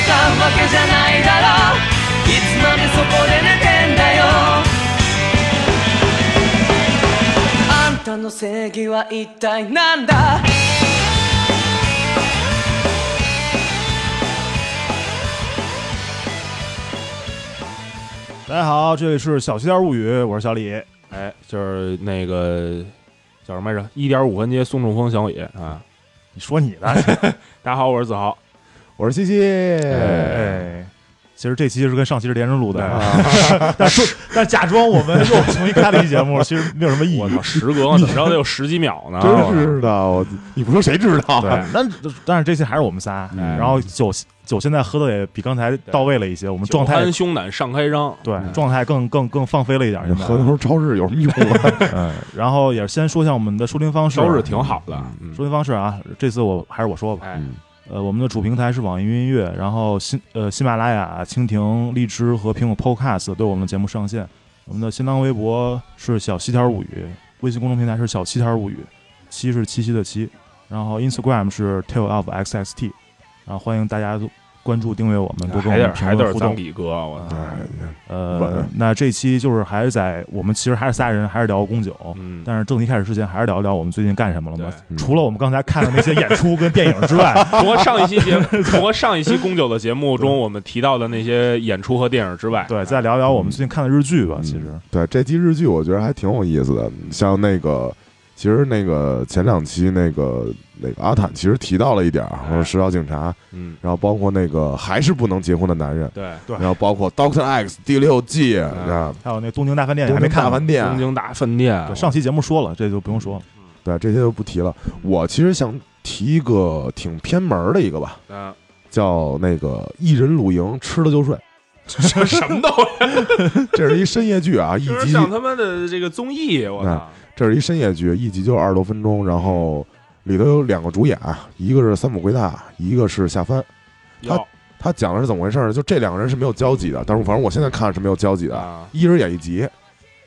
れじゃないだろいつまでそこで寝てんだよあんたの正義は一体なんだ大家好，这里是小西点物语，我是小李。哎，就是那个叫什么来着？一点五环街宋仲峰小野啊！你说你呢？ 大家好，我是子豪。我是西西，哎，其实这期是跟上期是连着录的，哎啊、 但说但假装我们又重新开了一节目，其实没有什么意义我。操，啊时 隔怎么着得有十几秒呢？啊真是的，啊我你不说谁知道？啊对，啊但但是这期还是我们仨，嗯然后酒酒现在喝的也比刚才到位了一些，我们酒状态酣胸胆尚开张。对嗯状态更更更放飞了一点。现在河头超市有什么用啊？ 嗯，然后也是先说一下我们的收听方式，收视挺好的。嗯收听方式啊，这次我还是我说吧。哎，嗯呃，我们的主平台是网易云音乐，然后新呃喜马拉雅、蜻蜓、荔枝和苹果 Podcast 对我们的节目上线。我们的新浪微博是小西天物语，微信公众平台是小西天物语，七是七夕的七，然后 Instagram 是 tail of xxt，然后欢迎大家关注订阅我们，多跟还我得们还评得论是互藏动。比哥，我操！哎呃，那这期就是还是在我们其实还是仨人，还是聊宫九，嗯，但是正题开始之前，还是聊一聊我们最近干什么了对嘛。除了我们刚才看的那些演出跟电影之外， 除了上一期节目，除了上一期宫九的节目中我们提到的那些演出和电影之外，对，再聊聊我们最近看的日剧吧。嗯啊其实，对这期日剧，我觉得还挺有意思的。像那个，其实那个前两期那个那个阿坦其实提到了一点儿，哎说食药警察，嗯，然后包括那个还是不能结婚的男人，对，对然后包括 Doctor X 第六季啊，还有那东京大饭店，你东还没京看大呢饭店，啊东京大饭店，对上期节目说了，这就不用说了。对这些就不提了。我其实想提一个挺偏门儿的一个吧，嗯，叫那个一人露营，吃了就睡，这什么都这是一深夜剧啊，一就是集像他妈的这个综艺，我操！这是一深夜剧，一集就二十多分钟，然后里头有两个主演，一个是三浦圭大，一个是夏帆。要他讲的是怎么回事呢？就这两个人是没有交集的，但是反正我现在看是没有交集的，啊，一人演一集。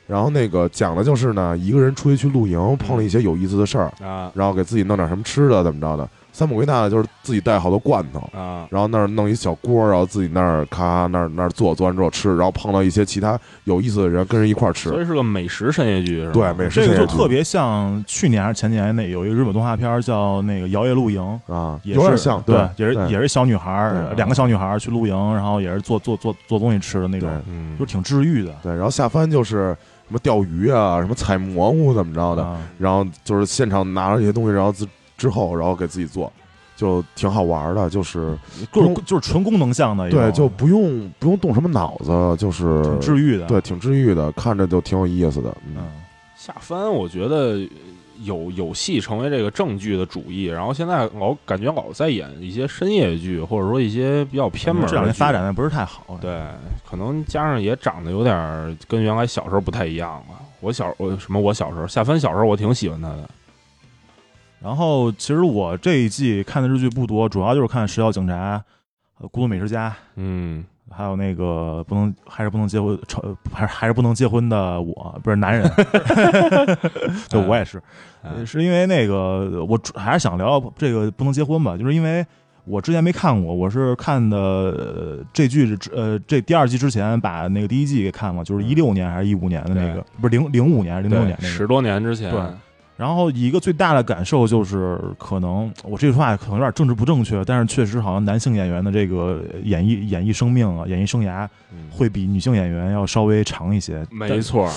然后那个讲的就是呢，一个人出去去露营，碰了一些有意思的事儿，啊然后给自己弄点什么吃的，怎么着的。三浦圭大呢，就是自己带好多罐头，啊然后那儿弄一小锅，然后自己那儿咔那儿那儿做，做完之后吃，然后碰到一些其他有意思的人，跟人一块儿吃所。以是个美食深夜剧，是吧？对，美食这个深就夜剧特别像去年还是前年那有一个日本动画片儿叫那个《摇曳露营》，啊，也有点是像，对，也是对也是小女孩儿，对两个小女孩儿去露营，然后也是做做做做东西吃的那种，嗯，就挺治愈的。对，然后下翻就是什么钓鱼啊，什么采蘑菇怎么着的，啊然后就是现场拿着这些东西，然后之之后，然后给自己做，就挺好玩的，就是各种不用就是纯功能项的一种，对，就不用不用动什么脑子，就是哎挺治愈的。对，，挺治愈的，看着就挺有意思的，嗯，嗯，下番，我觉得呃有有戏成为这个正剧的主意，然后现在老感觉老在演一些深夜剧，或者说一些比较偏门的这两年剧发展的不是太好。对，可能加上也长得有点儿跟原来小时候不太一样了。我小我什么我小时候下番小时候我挺喜欢他的，然后其实我这一季看的日剧不多，主要就是看《食药警察》、呃《孤独美食家》，嗯，还有那个不能还是不能结婚，超呃还是还是不能结婚的我，不是 男人，对我也是，嗯是因为那个我主还是想聊聊这个不能结婚吧，就是因为我之前没看过，我是看的、呃这剧是之呃这第二季之前把那个第一季给看了，就是一六年还是一五年的那个，不是零零五年还是零六嗯对年，那个十多年之前，对然后一个最大的感受就是，可能我这句话可能有点政治不正确，但是确实好像男性演员的这个演艺演艺生命啊，演艺生涯嗯会比女性演员要稍微长一些。没，错儿，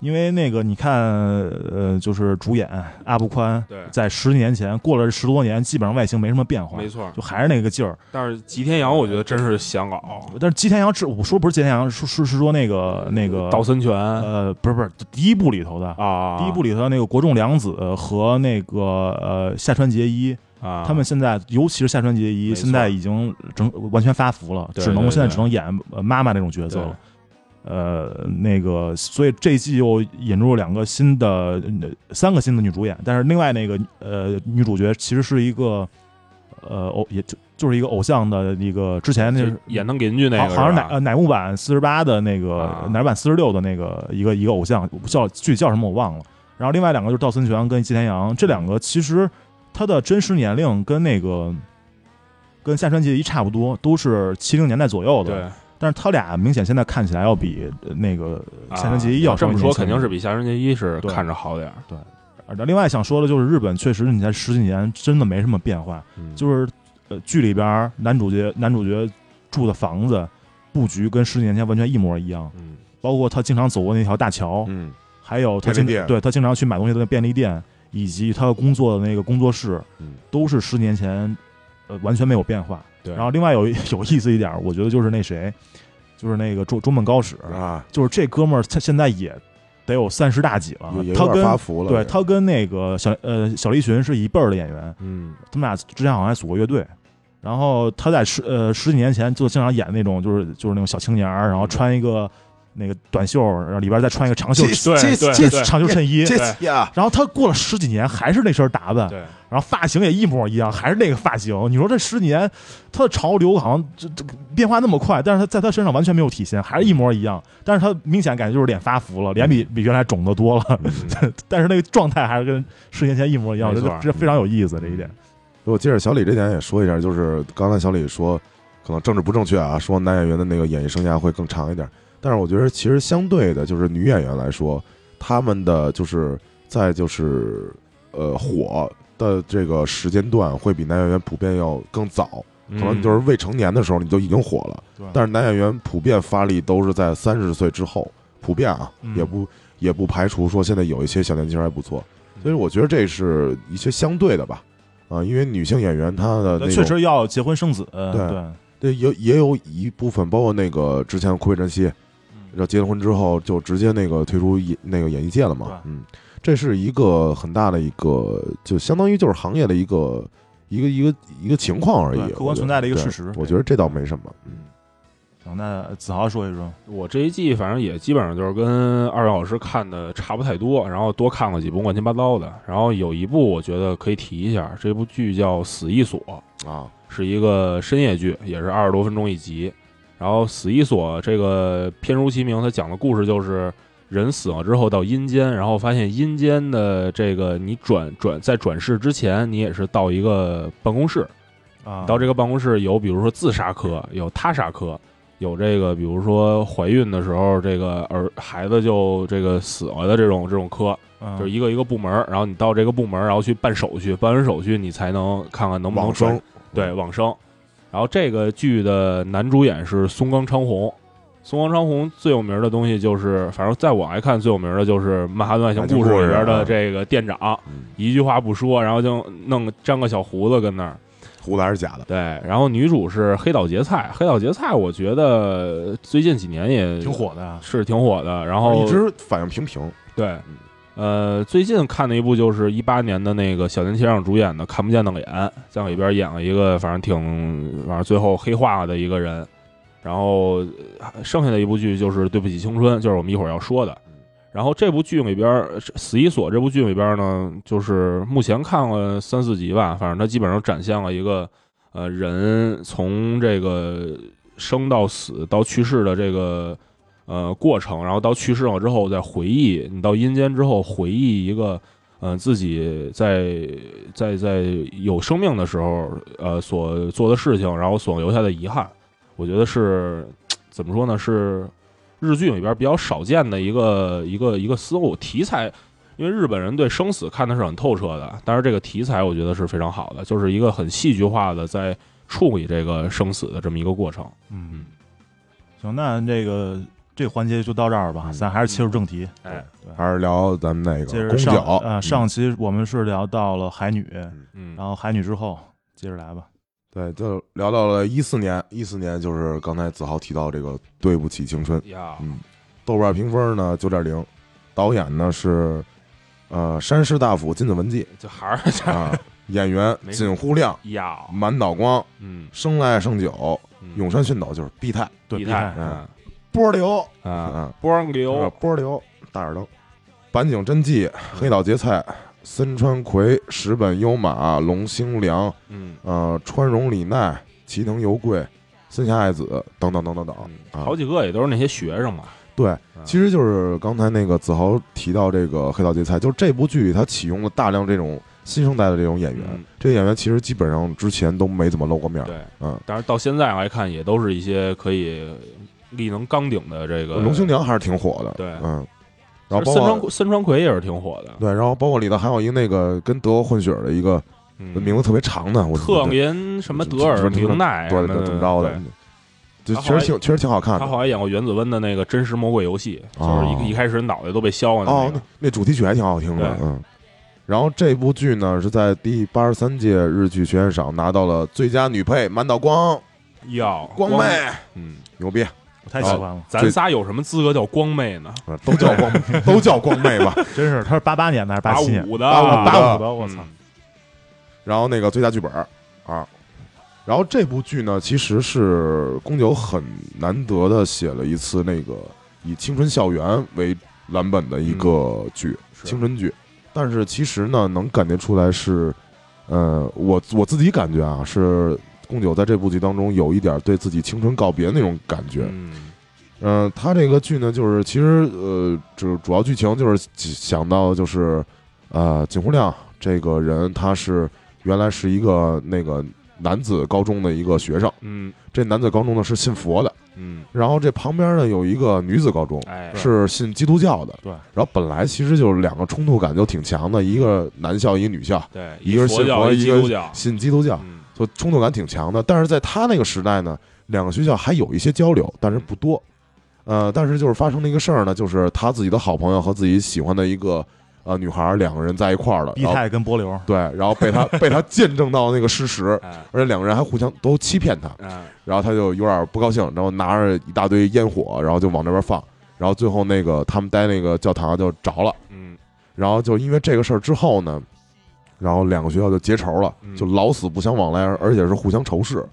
因为那个你看，呃，就是主演阿布宽，对在十年前过了十多年，基本上外形没什么变化没，错儿。就还是那个劲儿。但是吉天阳我觉得真是想搞但是吉田洋是我说不是吉田洋，是是是说那个呃那个道森拳呃，不是不是第一部里头的。啊，第一部里头的那个国仲良子和那个呃夏川结衣，啊，他们现在，尤其是夏川结衣，没错现在已经整完全发福了，对只能对现在对只能演呃妈妈那种角色了。呃，那个，所以这一季又引入了两个新的、呃三个新的女主演，但是另外那个呃女主角其实是一个呃偶，也就就是一个偶像的一个之前那就是演当邻居那好个，好像是是乃吧呃乃木坂四十八的那个、啊乃木坂四十六的那个一个一个偶像叫具体叫什么我忘了。然后另外两个就是道森泉跟吉田洋，这两个其实他的真实年龄跟那个跟下川记一差不多，都是七零年代左右的。对，但是他俩明显现在看起来要比呃那个啊夏川杰一要稍这微么年说，轻肯定是比夏川结衣是对看着好点儿。呃另外想说的就是，日本确实你在十几年真的没什么变化，嗯就是呃剧里边儿男主角男主角住的房子布局跟十几年前完全一模一样，嗯，包括他经常走过那条大桥，嗯，还有他便利经店对他经常去买东西的便利店，以及他工作的那个工作室，嗯都是十年前呃完全没有变化。对。然后另外有一 有意思一点儿，我觉得就是那谁，就是那个中中本高史，啊，就是这哥们儿他现在也得有三十大几了有，有他点发跟福了。对他跟那个小呃小栗旬是一辈儿的演员，嗯，他们俩之前好像还组过乐队。然后他在十呃十几年前就经常演那种就是就是那种小青年儿，然后穿一个那个短袖，然后里边再穿一个长袖这对这对这对长袖衬衣。这呀，然后他过了十几年还是那身打扮， 对，然后发型也一模一样，还是那个发型。你说这十几年他的潮流好像这这变化那么快，但是他在他身上完全没有体现，还是一模一样。但是他明显感觉就是脸发福了，脸比比原来肿得多了，嗯但是那个状态还是跟十年前一模一样，我没觉错得这非常有意思这一点。我接着小李这点也说一下，就是刚才小李说，可能政治不正确啊，说男演员的那个演艺生涯会更长一点。但是我觉得其实相对的，就是女演员来说，她们的就是在就是呃火的这个时间段会比男演员普遍要更早，嗯可能你就是未成年的时候你就已经火了。嗯但是男演员普遍发力都是在三十岁之后，普遍啊，嗯也不也不排除说现在有一些小年轻还不错，嗯所以我觉得这是一些相对的吧，啊，因为女性演员她的那那种确实要结婚生子，呃对对，对有也有一部分，包括那个之前库贝珍惜，嗯要结了婚之后就直接那个退出演那个演艺界了嘛，嗯，这是一个很大的一个，就相当于就是行业的一个一个一个一个情况而已，对客我观觉存得在的一个对事实我觉得这倒没什么，嗯，行，那子豪说一说，我这一季反正也基本上就是跟二位老师看的差不太多，然后多看了几部乱七八糟的，然后有一部我觉得可以提一下，这部剧叫《死一所》，啊，是一个深夜剧，也是二十多分钟一集。然后《死一所》这个片如其名，它讲的故事就是人死了之后到阴间，然后发现阴间的这个你转转在转世之前，你也是到一个办公室，啊，到这个办公室有，比如说自杀科，有他杀科，有这个，比如说怀孕的时候，这个儿孩子就这个死了的这种这种科，啊嗯就是一个一个部门儿，然后你到这个部门儿，然后去办手续，办完手续你才能看看能不能往转生对往生。然后这个剧的男主演是松冈昌宏，松冈昌宏最有名的东西就是，反正在我来看最有名的就是《曼哈顿爱情故事》里边的这个店长，嗯一句话不说，然后就弄粘个小胡子跟那儿。胡子还是假的。对，然后女主是黑岛结菜，黑岛结菜我觉得最近几年也挺，火的啊，是挺火的。然后一直反应平平，对，呃，最近看的一部就是一八年的那个小田切让主演的《看不见的脸》，在里边演了一个反正挺反正最后黑化的一个人。然后呃剩下的一部剧就是《对不起青春》，就是我们一会儿要说的。然后这部剧里边，呃《死一所》这部剧里边呢，就是目前看了三四集吧，反正它基本上展现了一个呃人从这个生到死到去世的这个呃过程，然后到去世了之后再回忆，你到阴间之后回忆一个，呃自己在在在有生命的时候，呃所做的事情，然后所留下的遗憾，我觉得是怎么说呢？是日剧里边比较少见的一个一个一个思路题材。因为日本人对生死看的是很透彻的，但是这个题材我觉得是非常好的，就是一个很戏剧化的在处理这个生死的这么一个过程。嗯，行，那这个这个环节就到这儿吧，嗯咱还是切入正题，哎，还是聊咱们那接个着公上角嗯呃上期我们是聊到了海女，嗯，然后海女之后接着来吧，对，就聊到了一四年，一四年就是刚才子豪提到这个《对不起青春》，呀，嗯，豆瓣评分呢九点零，导演呢是呃山师大辅金子文纪就还是 啊，演员没事锦户亮、呀，满岛光、嗯，生来胜久、嗯永山训导就是毕太、对，碧碧泰泰，嗯嗯波流啊，啊，波上流，波流、大耳灯、坂井真纪、黑岛结菜、森川葵、石本优马、龙星良。嗯，呃，川荣李奈、齐藤由贵、森下爱子等等等等等嗯。啊好几个也都是那些学生嘛，对，啊其实就是刚才那个子豪提到这个《黑道劫财》，就是这部剧它启用了大量这种新生代的这种演员，嗯这些演员其实基本上之前都没怎么露过面儿，对，嗯，当然到现在来看，也都是一些可以力能刚顶的这个哦龙兄娘还是挺火的，对嗯，然其后实包森川括葵森川葵也是挺火的，对，然后包括里头还有一个那个跟德国混血儿的一个嗯名字特别长的，我特林什么德尔明奈对什对么怎么着的嗯对，就他后确来实挺确实挺好看他的。好像演过原子温的那个《真实魔鬼游戏》，就是一哦个一开始脑袋都被削了的哦那，个那那主题曲还挺好听的，对嗯。然后这部剧呢是在第八十三届日剧学院赏拿到了最佳女配满岛光要光妹，嗯，牛逼！我太喜欢了，咱最仨有什么资格叫光妹呢？啊都叫 光，都叫光妹吧。真是他是八八年的还是八七年？五的，八五的，嗯八五的，我操！然后那个最佳剧本儿啊，然后这部剧呢，其实是宫九很难得的写了一次那个以青春校园为蓝本的一个剧，是青春剧。但是其实呢，能感觉出来是，呃，我我自己感觉啊，是宫九在这部剧当中有一点对自己青春告别那种感觉。嗯，嗯、他这个剧呢，就是其实呃，主主要剧情就是想到就是，呃，景户亮这个人，他是原来是一个那个男子高中的一个学生，嗯这男子高中呢是信佛的，嗯，然后这旁边呢有一个女子高中哎，是信基督教的，对然后本来其实就是两个冲突感就挺强的，一个男校，一个女校，对，一个是佛信教，佛，基一督个教，信基督教，嗯，就冲突感挺强的。但是在他那个时代呢，两个学校还有一些交流，但是不多。呃，但是就是发生了一个事儿呢，就是他自己的好朋友和自己喜欢的一个呃女孩儿，两个人在一块儿了，碧然后泰跟波流，对，然后被他被他见证到那个事实，哎，而且两个人还互相都欺骗他，哎，然后他就有点不高兴，然后拿着一大堆烟火，然后就往那边放，然后最后那个他们待那个教堂就着了，嗯，然后就因为这个事儿之后呢，然后两个学校就结仇了，嗯就老死不相往来，而且是互相仇视。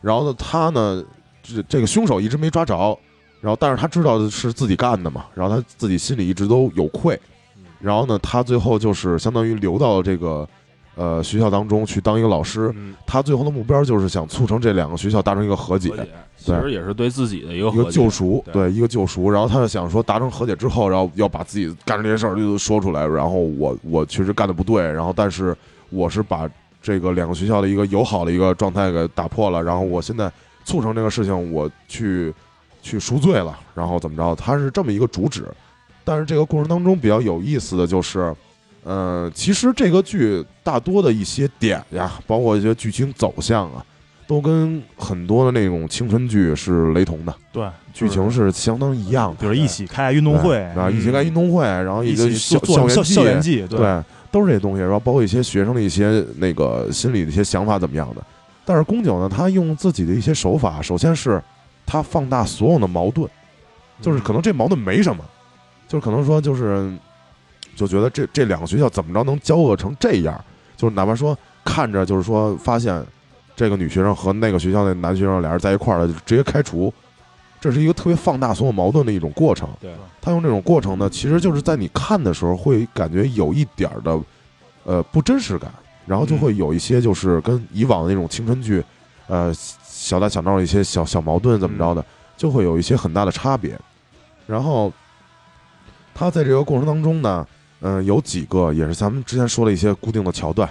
然后呢，他呢，这这个凶手一直没抓着，然后但是他知道是自己干的嘛，然后他自己心里一直都有愧嗯。然后呢，他最后就是相当于留到这个呃学校当中去当一个老师。嗯他最后的目标就是想促成这两个学校达成一个和解。和解，其实也是对自己的一个一个和解救赎，对对一个救赎。然后他就想说，达成和解之后，然后要把自己干的这些事儿就说出来。然后我我确实干的不对，然后但是我是把这个两个学校的一个友好的一个状态给打破了。然后我现在促成这个事情，我去去赎罪了，然后怎么着？他是这么一个主旨。但是这个过程当中比较有意思的就是，呃，其实这个剧大多的一些点呀，包括一些剧情走向啊，都跟很多的那种青春剧是雷同的，对，剧情是相当一样的。比如一起开运动嗯会，啊，一起嗯开运动会，然后一个起校做做园校祭校园祭，对，，都是这东西，然后包括一些学生的一些那个心理的一些想法怎么样的。但是宫九呢，他用自己的一些手法，首先是他放大所有的矛盾，嗯就是可能这矛盾没什么，就是可能说就是就觉得这这两个学校怎么着能交恶成这样，就是哪怕说看着就是说发现这个女学生和那个学校的男学生俩人在一块儿了，就直接开除，这是一个特别放大所有矛盾的一种过程。对，他用这种过程呢，其实就是在你看的时候会感觉有一点儿的呃不真实感，然后就会有一些就是跟以往的那种青春剧，呃小打小闹的一些小小矛盾怎么着的，就会有一些很大的差别。然后他在这个过程当中呢，嗯、有几个也是咱们之前说的一些固定的桥段，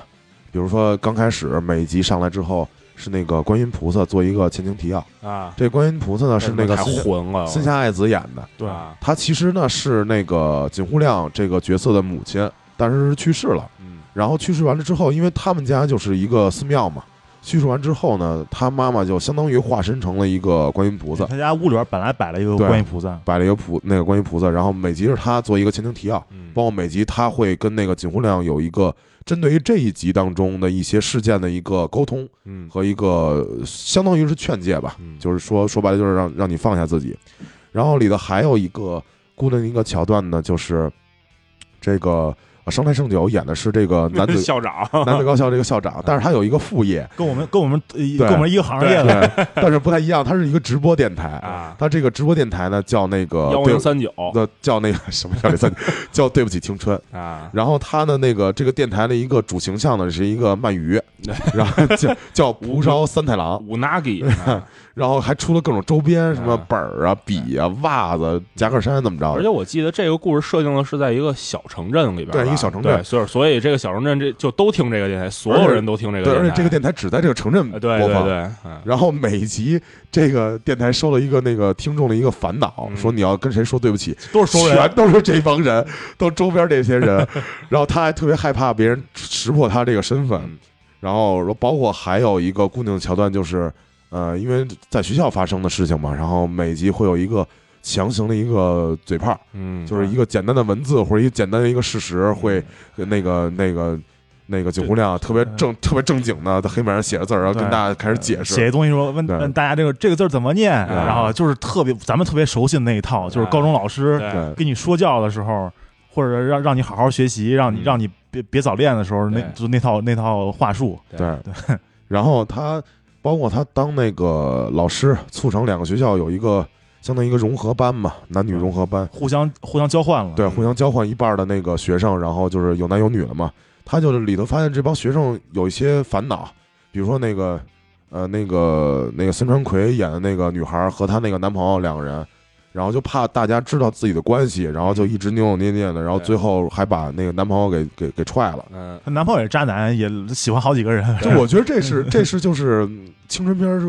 比如说刚开始每一集上来之后是那个观音菩萨做一个前情提要，啊，这观音菩萨呢是那个哎太森下混了，森下爱子演的。对啊，她其实呢是那个井户亮这个角色的母亲，但是是去世了。嗯然后去世完了之后，因为他们家就是一个寺庙嘛，去世完之后呢，他妈妈就相当于化身成了一个观音菩萨，他家屋里边本来摆了一个对观音菩萨，摆了一个菩那个观音菩萨，然后每集是她做一个前情提要，嗯，包括每集她会跟那个井户亮有一个针对于这一集当中的一些事件的一个沟通嗯和一个相当于是劝诫吧，嗯就是说说白了就是让让你放下自己。然后里头还有一个固定的一个桥段呢，就是这个呃生来胜久演的是这个男 子校长，男子高校这个校长，但是他有一个副业，跟我们跟我们呃跟我们一个行业的，对，但是不太一样，他是一个直播电台，啊，他这个直播电台呢叫那个幺对零三九呃叫那个 什么叫这三叫对不起青春。啊，然后他的那个这个电台的一个主形象呢是一个 鳗鱼，然后叫叫蒲烧三太郎，五 nagi，啊 然后还出了各种周边，什么啊本儿啊、笔啊、袜子、夹克衫怎么着而的且我记得这个故事设定的是在一个小城镇里边吧，对，一个小城镇对，所以所以这个小城镇这就都听这个电台，所有人都听这个对，而电且台，这个电台只在这个城镇呃播对放，对对，嗯然后每集这个电台收了一个那个听众的一个烦恼，嗯说你要跟谁说对不起，都是熟人全，都是这帮人，都周边这些人，然后他还特别害怕别人识破他这个身份，嗯然后包括还有一个固定的桥段就是，呃，因为在学校发生的事情嘛，然后每集会有一个强行的一个嘴炮，嗯，就是一个简单的文字或者一个简单的一个事实，会嗯那个那个。那个九姑娘啊特别正特别正经的在黑板上写着字儿，然后跟对大家开始解释，写一东西说问对问大家这个这个字儿怎么念，对然后就是特别咱们特别熟悉的那一套，就是对高中老师对对，给你说教的时候，或者让让你好好学习，让你嗯让你别别早恋的时候，那对就那套那套话术，对然后他包括他当那个老师，促成两个学校有一个相当于一个融合班嘛，男女融合班，互相互相交换了。对，互相交换一半的那个学生，然后就是有男有女了嘛。他就是里头发现这帮学生有一些烦恼，比如说那个呃那个那个孙传奎演的那个女孩和她那个男朋友两个人。然后就怕大家知道自己的关系，然后就一直扭扭捏捏的，然后对最后还把那个男朋友给给给踹了。嗯，她男朋友也是渣男，也喜欢好几个人。就我觉得这 是这是就是嗯青春片儿是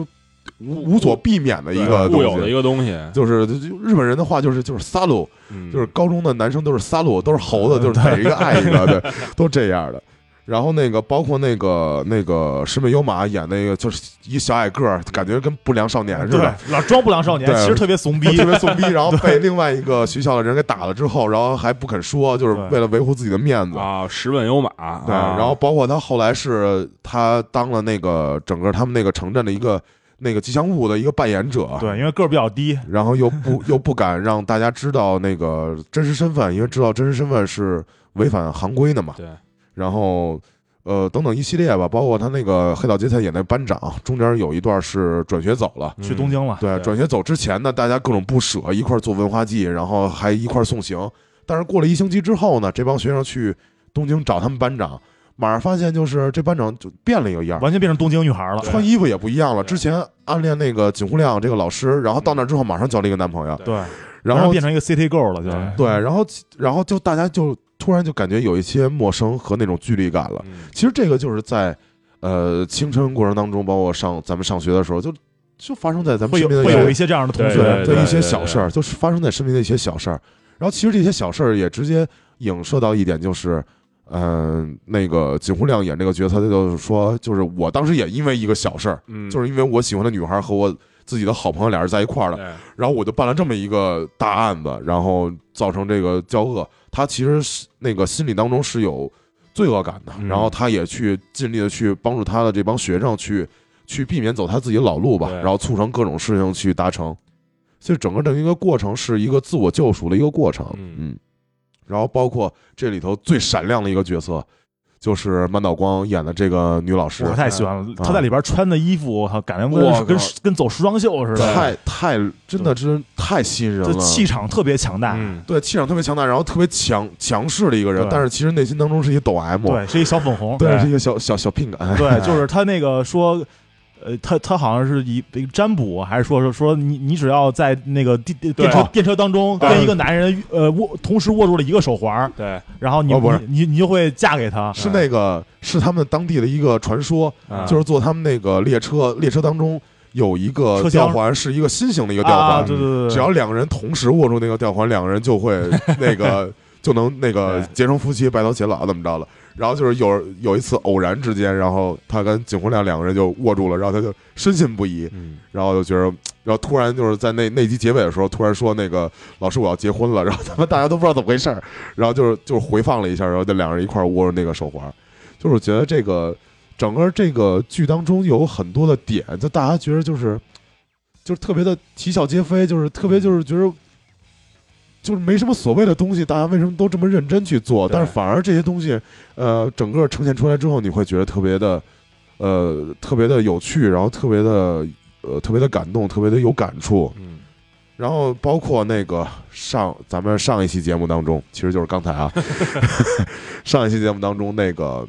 无无所避免呃的一个固东有的一西，个东西，就是就就日本人的话就是就是撒鲁，嗯就是高中的男生都是撒鲁，都是猴子，就是逮一个爱一个，对，都这样的。然后那个包括那个那个石美优马演那个就是一小矮个儿，感觉跟不良少年似对的，，老装不良少年，对其实特别怂逼。特别怂逼，然后被另外一个学校的人给打了之后，然后还不肯说，就是对为了维护自己的面子。啊，十问有马，对，啊然后包括他后来是他当了那个整个他们那个城镇的一个那个吉祥物的一个扮演者，对，因为个儿比较低，然后又不又不敢让大家知道那个真实身份，因为知道真实身份是违反行规的嘛。对，然后呃等等一系列吧，包括他那个黑岛结菜演那班长，中间有一段是转学走了。去东嗯京了。对，对转学走之前呢，大家各种不舍，一块儿做文化祭，然后还一块儿送行。但是过了一星期之后呢，这帮学生去东京找他们班长，马上发现就是这班长就变了一个样儿，完全变成东京女孩了对。穿衣服也不一样了。对之前暗恋那个井户亮这个老师，然后到那之后马上交了一个男朋友，对对，然后变成一个 City Girl 了，就是。对，然后然后就大家就突然就感觉有一些陌生和那种距离感了。嗯其实这个就是在呃青春过程当中，包括上咱们上学的时候，就就发生在咱们会身有边的会有一一些些这样的同对学，对对一些对小事儿，就是发生在身边的一些小事儿。然后其实这些小事儿也直接影射到一点，就是嗯、那个井户亮演这个角色，他就是说，就是我当时也因为一个小事儿，嗯，就是因为我喜欢的女孩和我自己的好朋友俩人在一块儿了，对然后我就办了这么一个大案子，然后造成这个交恶。他其实是那个心里当中是有罪恶感的，嗯然后他也去尽力的去帮助他的这帮学生去去避免走他自己的老路吧，对然后促成各种事情去达成。所以整个这么一个过程是一个自我救赎的一个过程，嗯嗯。然后包括这里头最闪亮的一个角色，就是满岛光演的这个女老师，我太喜欢了。啊她在里边穿的衣服，我靠，感觉我靠跟跟跟走时装秀似的，太太真的真太吸引人就了，气场特别强大。嗯，对，气场特别强大，然后特别强强势的一个人，对但是其实内心当中是一抖 M，对，是一小粉红。但是是 一个小小小病感，对，就是他那个说，呃，他他好像是一一个占卜，还是说说说你你只要在那个电电对电哦车电车当中对跟一个男人呃握同时握住了一个手环儿，对，然后你、哦不是你你你就会嫁给他。是那个是他们当地的一个传说，啊就是坐他们那个列车，列车当中有一个车吊厢环，是一个新型的一个吊环，啊，对对对，对只要两个人同时握住那个吊环，两个人 就会那个就能那个对结成夫妻，白头偕老，怎么着了？然后就是有有一次偶然之间，然后他跟景洪亮两个人就握住了，然后他就深信不疑，嗯然后就觉得，然后突然就是在那那集结尾的时候，突然说那个老师我要结婚了，然后他们大家都不知道怎么回事儿，然后就是就是回放了一下，然后这两人一块儿握着那个手环，就是我觉得这个整个这个剧当中有很多的点，就大家觉得就是就是特别的啼笑皆非，就是特别就是觉得就是没什么所谓的东西，大家为什么都这么认真去做？对但是反而这些东西，呃，整个呈现出来之后，你会觉得特别的。呃，特别的有趣，然后特别的呃特别的感动，特别的有感触。嗯，然后包括那个上咱们上一期节目当中，其实就是刚才啊， 上一期节目当中那个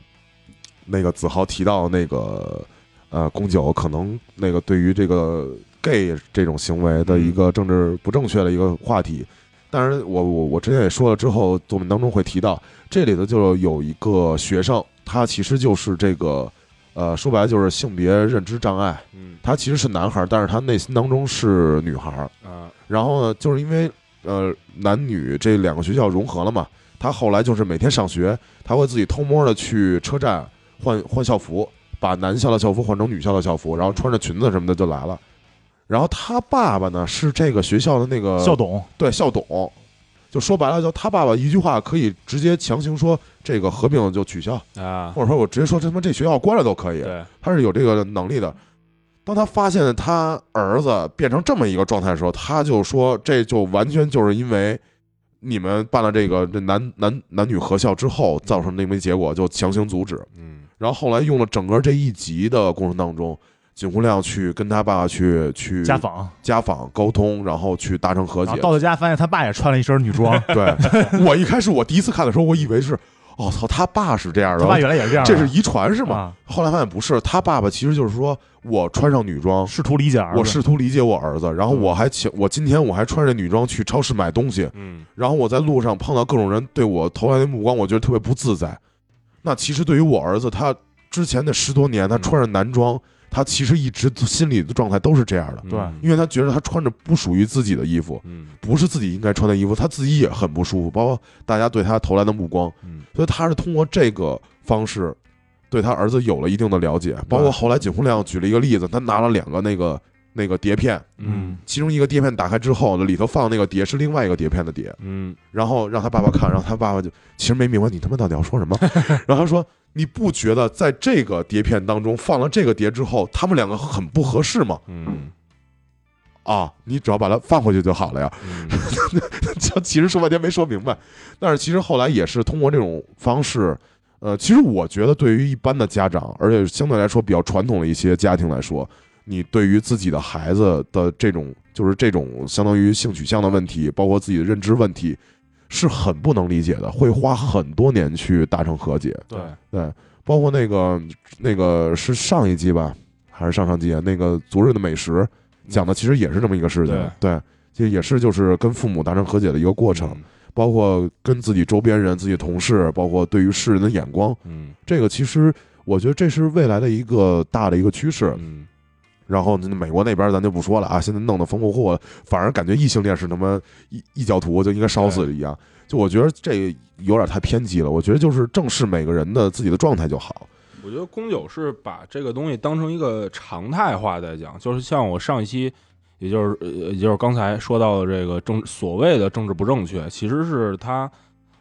那个子豪提到那个呃宫九可能那个对于这个 gay 这种行为的一个政治不正确的一个话题。当然，我我我之前也说了，之后我们当中会提到这里头就有一个学生，他其实就是这个，呃，说白了就是性别认知障碍，嗯他其实是男孩儿，但是他内心当中是女孩儿。啊然后呢，就是因为呃男女这两个学校融合了嘛，他后来就是每天上学，他会自己偷摸的去车站换 换校服，把男校的校服换成女校的校服，然后穿着裙子什么的就来了。然后他爸爸呢是这个学校的那个校董对校董，就说白了，就他爸爸一句话可以直接强行说这个合并就取消，啊或，者说我直接说他妈这学校关了都可以，对，他是有这个能力的。当他发现他儿子变成这么一个状态的时候，他就说这就完全就是因为你们办了这个这男男男女合校之后造成的那么一结果，就强行阻止。嗯然后后来用了整个这一集的过程当中，井户亮去跟他爸爸去去家访，啊家访沟通，然后去达成和然解后。到他家发现他爸也穿了一身女 装，对我一开始我第一次看的时候，我以为是，哦操，他爸是这样他爸的，哦原来也是这样的，这是遗传是吗？啊？后来发现不是，他爸爸其实就是说我穿上女装，试图理解啊儿子嗯我试图理解我儿子，然后我还请我今天我还穿着女装去超市买东西，嗯然后我在路上碰到各种人对我投来的目光，我觉得特别不自在。那其实对于我儿子，他之前的十多年，嗯他穿着男装，他其实一直心理的状态都是这样的，对嗯因为他觉得他穿着不属于自己的衣服，嗯不是自己应该穿的衣服，他自己也很不舒服，包括大家对他投来的目光，嗯所以他是通过这个方式对他儿子有了一定的了解。包括后来井户亮举了一个例子，他拿了两个那个那个碟片，嗯其中一个碟片打开之后，里头放那个碟是另外一个碟片的碟，嗯然后让他爸爸看，然后他爸爸就其实没明白你他妈到底要说什么，然后他说你不觉得在这个碟片当中放了这个碟之后，他们两个很不合适吗？嗯啊，你只要把它放回去就好了呀。嗯就 其实说半天没说明白，但是其实后来也是通过这种方式，呃，其实我觉得对于一般的家长，而且相对来说比较传统的一些家庭来说，你对于自己的孩子的这种就是这种相当于性取向的问题，包括自己的认知问题，是很不能理解的，会花很多年去达成和解。对，对，包括那个那个是上一季吧，还是上上季啊？那个《昨日的美食》讲嗯的其实也是这么一个事情，对，其实也是就是跟父母达成和解的一个过程，包括跟自己周边人、自己同事，包括对于世人的眼光，嗯这个其实我觉得这是未来的一个大的一个趋势。嗯然后那美国那边咱就不说了啊，现在弄得风风火火，反而感觉异性恋是他妈异异教徒就应该烧死一样。就我觉得这有点太偏激了，我觉得就是正视每个人的自己的状态就好。我觉得宫九是把这个东西当成一个常态化在讲，就是像我上一期，也就是呃，也就是刚才说到的这个政所谓的政治不正确，其实是他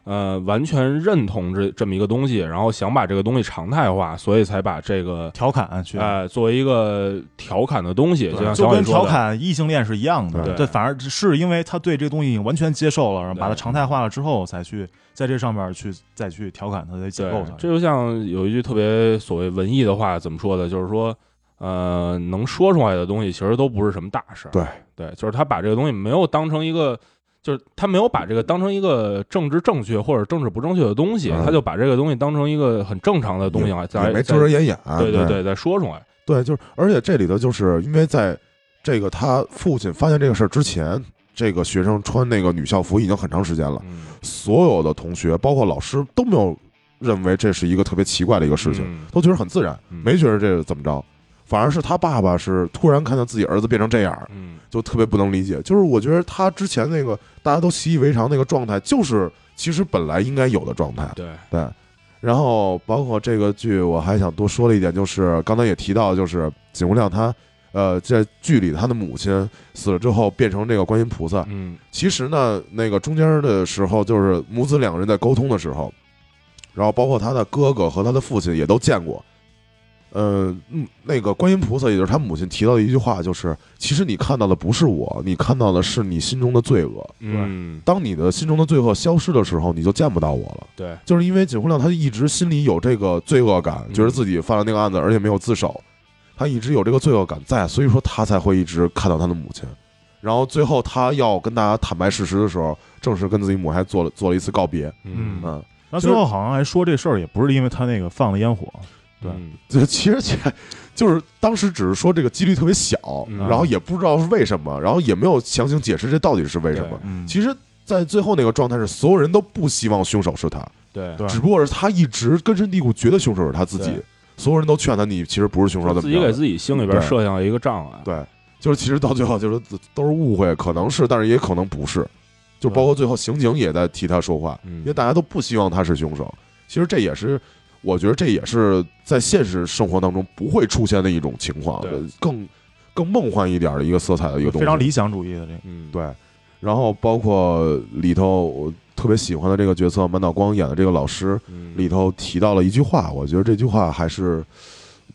呃完全认同这这么一个东西，然后想把这个东西常态化，所以才把这个调侃啊去，哎、作为一个调侃的东西，就像就小伟跟调说的，侃异性恋是一样的。对对，反而是因为他对这个东西已经完全接受了，然后把它对常态化了之后，才去在这上面去再去调侃它的结对构上，这就像有一句特别所谓文艺的话，怎么说的？就是说，呃，能说出来的东西其实都不是什么大事儿。对对，就是他把这个东西没有当成一个，就是他没有把这个当成一个政治正确或者政治不正确的东西，嗯他就把这个东西当成一个很正常的东西来也再没遮再遮掩掩。对对啊对，再说出来。对就是而且这里头就是因为在这个他父亲发现这个事儿之前，这个学生穿那个女校服已经很长时间了，嗯，所有的同学包括老师都没有认为这是一个特别奇怪的一个事情，嗯都觉得很自然，嗯没觉得这是怎么着。反而是他爸爸是突然看到自己儿子变成这样，嗯就特别不能理解。就是我觉得他之前那个大家都习以为常那个状态，就是其实本来应该有的状态。对，对，然后包括这个剧，我还想多说了一点，就是刚才也提到，就是井户亮他，呃，在剧里他的母亲死了之后变成这个观音菩萨。嗯其实呢，那个中间的时候，就是母子两个人在沟通的时候，然后包括他的哥哥和他的父亲也都见过。呃，嗯，那个观音菩萨，也就是他母亲提到的一句话，就是其实你看到的不是我，你看到的是你心中的罪恶。嗯当你的心中的罪恶消失的时候，你就见不到我了。对，就是因为井户亮他一直心里有这个罪恶感，嗯觉得自己犯了那个案子，而且没有自首，他一直有这个罪恶感在，所以说他才会一直看到他的母亲。然后最后他要跟大家坦白事实的时候，正式跟自己母亲还做了做了一次告别。嗯嗯，然后最后好像还说这事儿也不是因为他那个放了烟火，对嗯就是其实其就是当时只是说这个几率特别小，嗯然后也不知道是为什么，然后也没有强行解释这到底是为什么。嗯，其实在最后那个状态是，所有人都不希望凶手是他，对对只不过是他一直根深蒂固觉得凶手是他自己对，所有人都劝他，你其实不是凶手，怎自己么样给的？自己心里边对设下了一个障碍。对，就是其实到最后就是都是误会，可能是，但是也可能不是，就包括最后刑警也在替他说话，嗯因为大家都不希望他是凶手。其实这也是，我觉得这也是在现实生活当中不会出现的一种情况对，更更梦幻一点的一个色彩的一个东西，非常理想主义的这个，嗯，对，然后包括里头我特别喜欢的这个角色满岛光演的这个老师嗯里头提到了一句话，我觉得这句话还是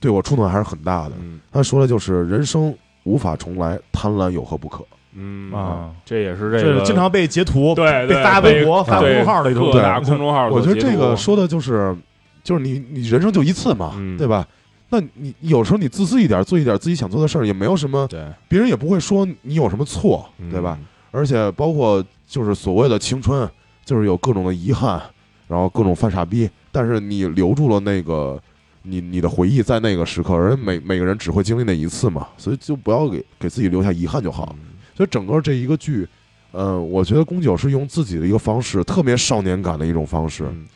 对我触动还是很大的。嗯他说的就是人生无法重来，贪婪有何不可？嗯啊，这也是这个是经常被截图、对被对发微博、被发公众号的一种各对大公众号都我觉得截图这个说的就是，就是你你人生就一次嘛，嗯对吧？那你有时候你自私一点，做一点自己想做的事儿，也没有什么，对别人也不会说你有什么错，嗯对吧？？而且包括就是所谓的青春，就是有各种的遗憾，然后各种犯傻逼，但是你留住了那个你你的回忆在那个时刻，而每每个人只会经历那一次嘛，所以就不要给给自己留下遗憾就好。嗯所以整个这一个剧，呃，我觉得宫九是用自己的一个方式，特别少年感的一种方式。嗯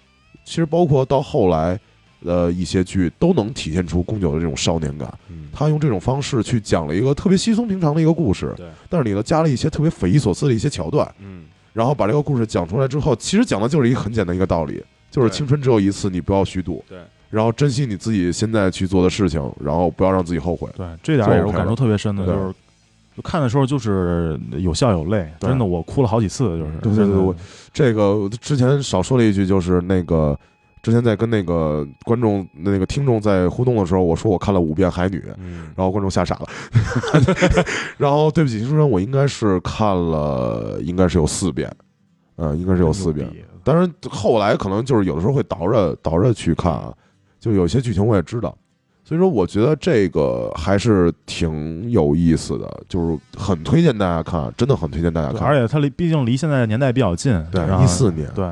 其实包括到后来，呃，一些剧都能体现出宫九的这种少年感。嗯他用这种方式去讲了一个特别稀松平常的一个故事，对，但是里头加了一些特别匪夷所思的一些桥段，嗯然后把这个故事讲出来之后，其实讲的就是一个很简单一个道理，就是对青春只有一次，你不要虚度，对，然后珍惜你自己现在去做的事情，然后不要让自己后悔。对，这点儿也是我感受特别深的，对就是就看的时候就是有笑有泪，对真的我哭了好几次，就是对对对真的我这个我之前少说了一句，就是那个之前在跟那个观众、那个听众在互动的时候，我说我看了五遍《海女》，嗯，然后观众吓傻 了。然后对不起，青春，我应该是看了，应该是有四遍，嗯，应该是有四遍真。牛逼当然后来可能就是有的时候会倒着倒着去看啊，就有些剧情我也知道，所以说我觉得这个还是挺有意思的，就是很推荐大家看，真的很推荐大家对看。而且它离毕竟离现在的年代比较近，对然后14年对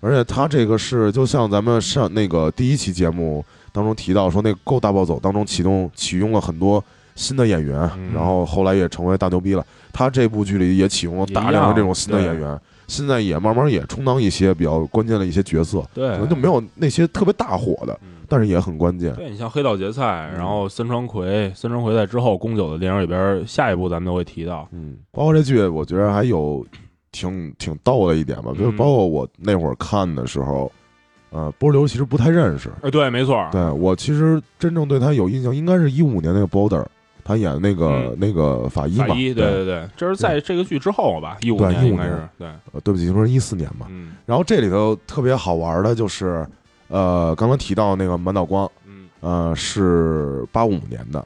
而且它这个是就像咱们上那个第一期节目当中提到说，那《够大暴走》当中启动启用了很多新的演员，嗯然后后来也成为大牛逼了。他这部剧里也启用了大量的这种新的演员，现在也慢慢也充当一些比较关键的一些角色，对，可能就没有那些特别大火的，嗯但是也很关键。对你像黑道决赛，然后森川葵，森川葵在之后宫九的电影里边，下一部咱们都会提到。嗯，包括这剧，我觉得还有挺挺逗的一点吧，就是嗯包括我那会儿看的时候，呃，波流其实不太认识。哎，对，没错，对我其实真正对他有印象，应该是一五年那个 Border，他演那个、嗯那个法医法嘛。医，对对对，这是在这个剧之后吧，一五对年15应该是年对，呃对不起，就是一四年嘛。嗯然后这里头特别好玩的就是，呃，刚刚提到那个满岛光，嗯，呃，是八五年的，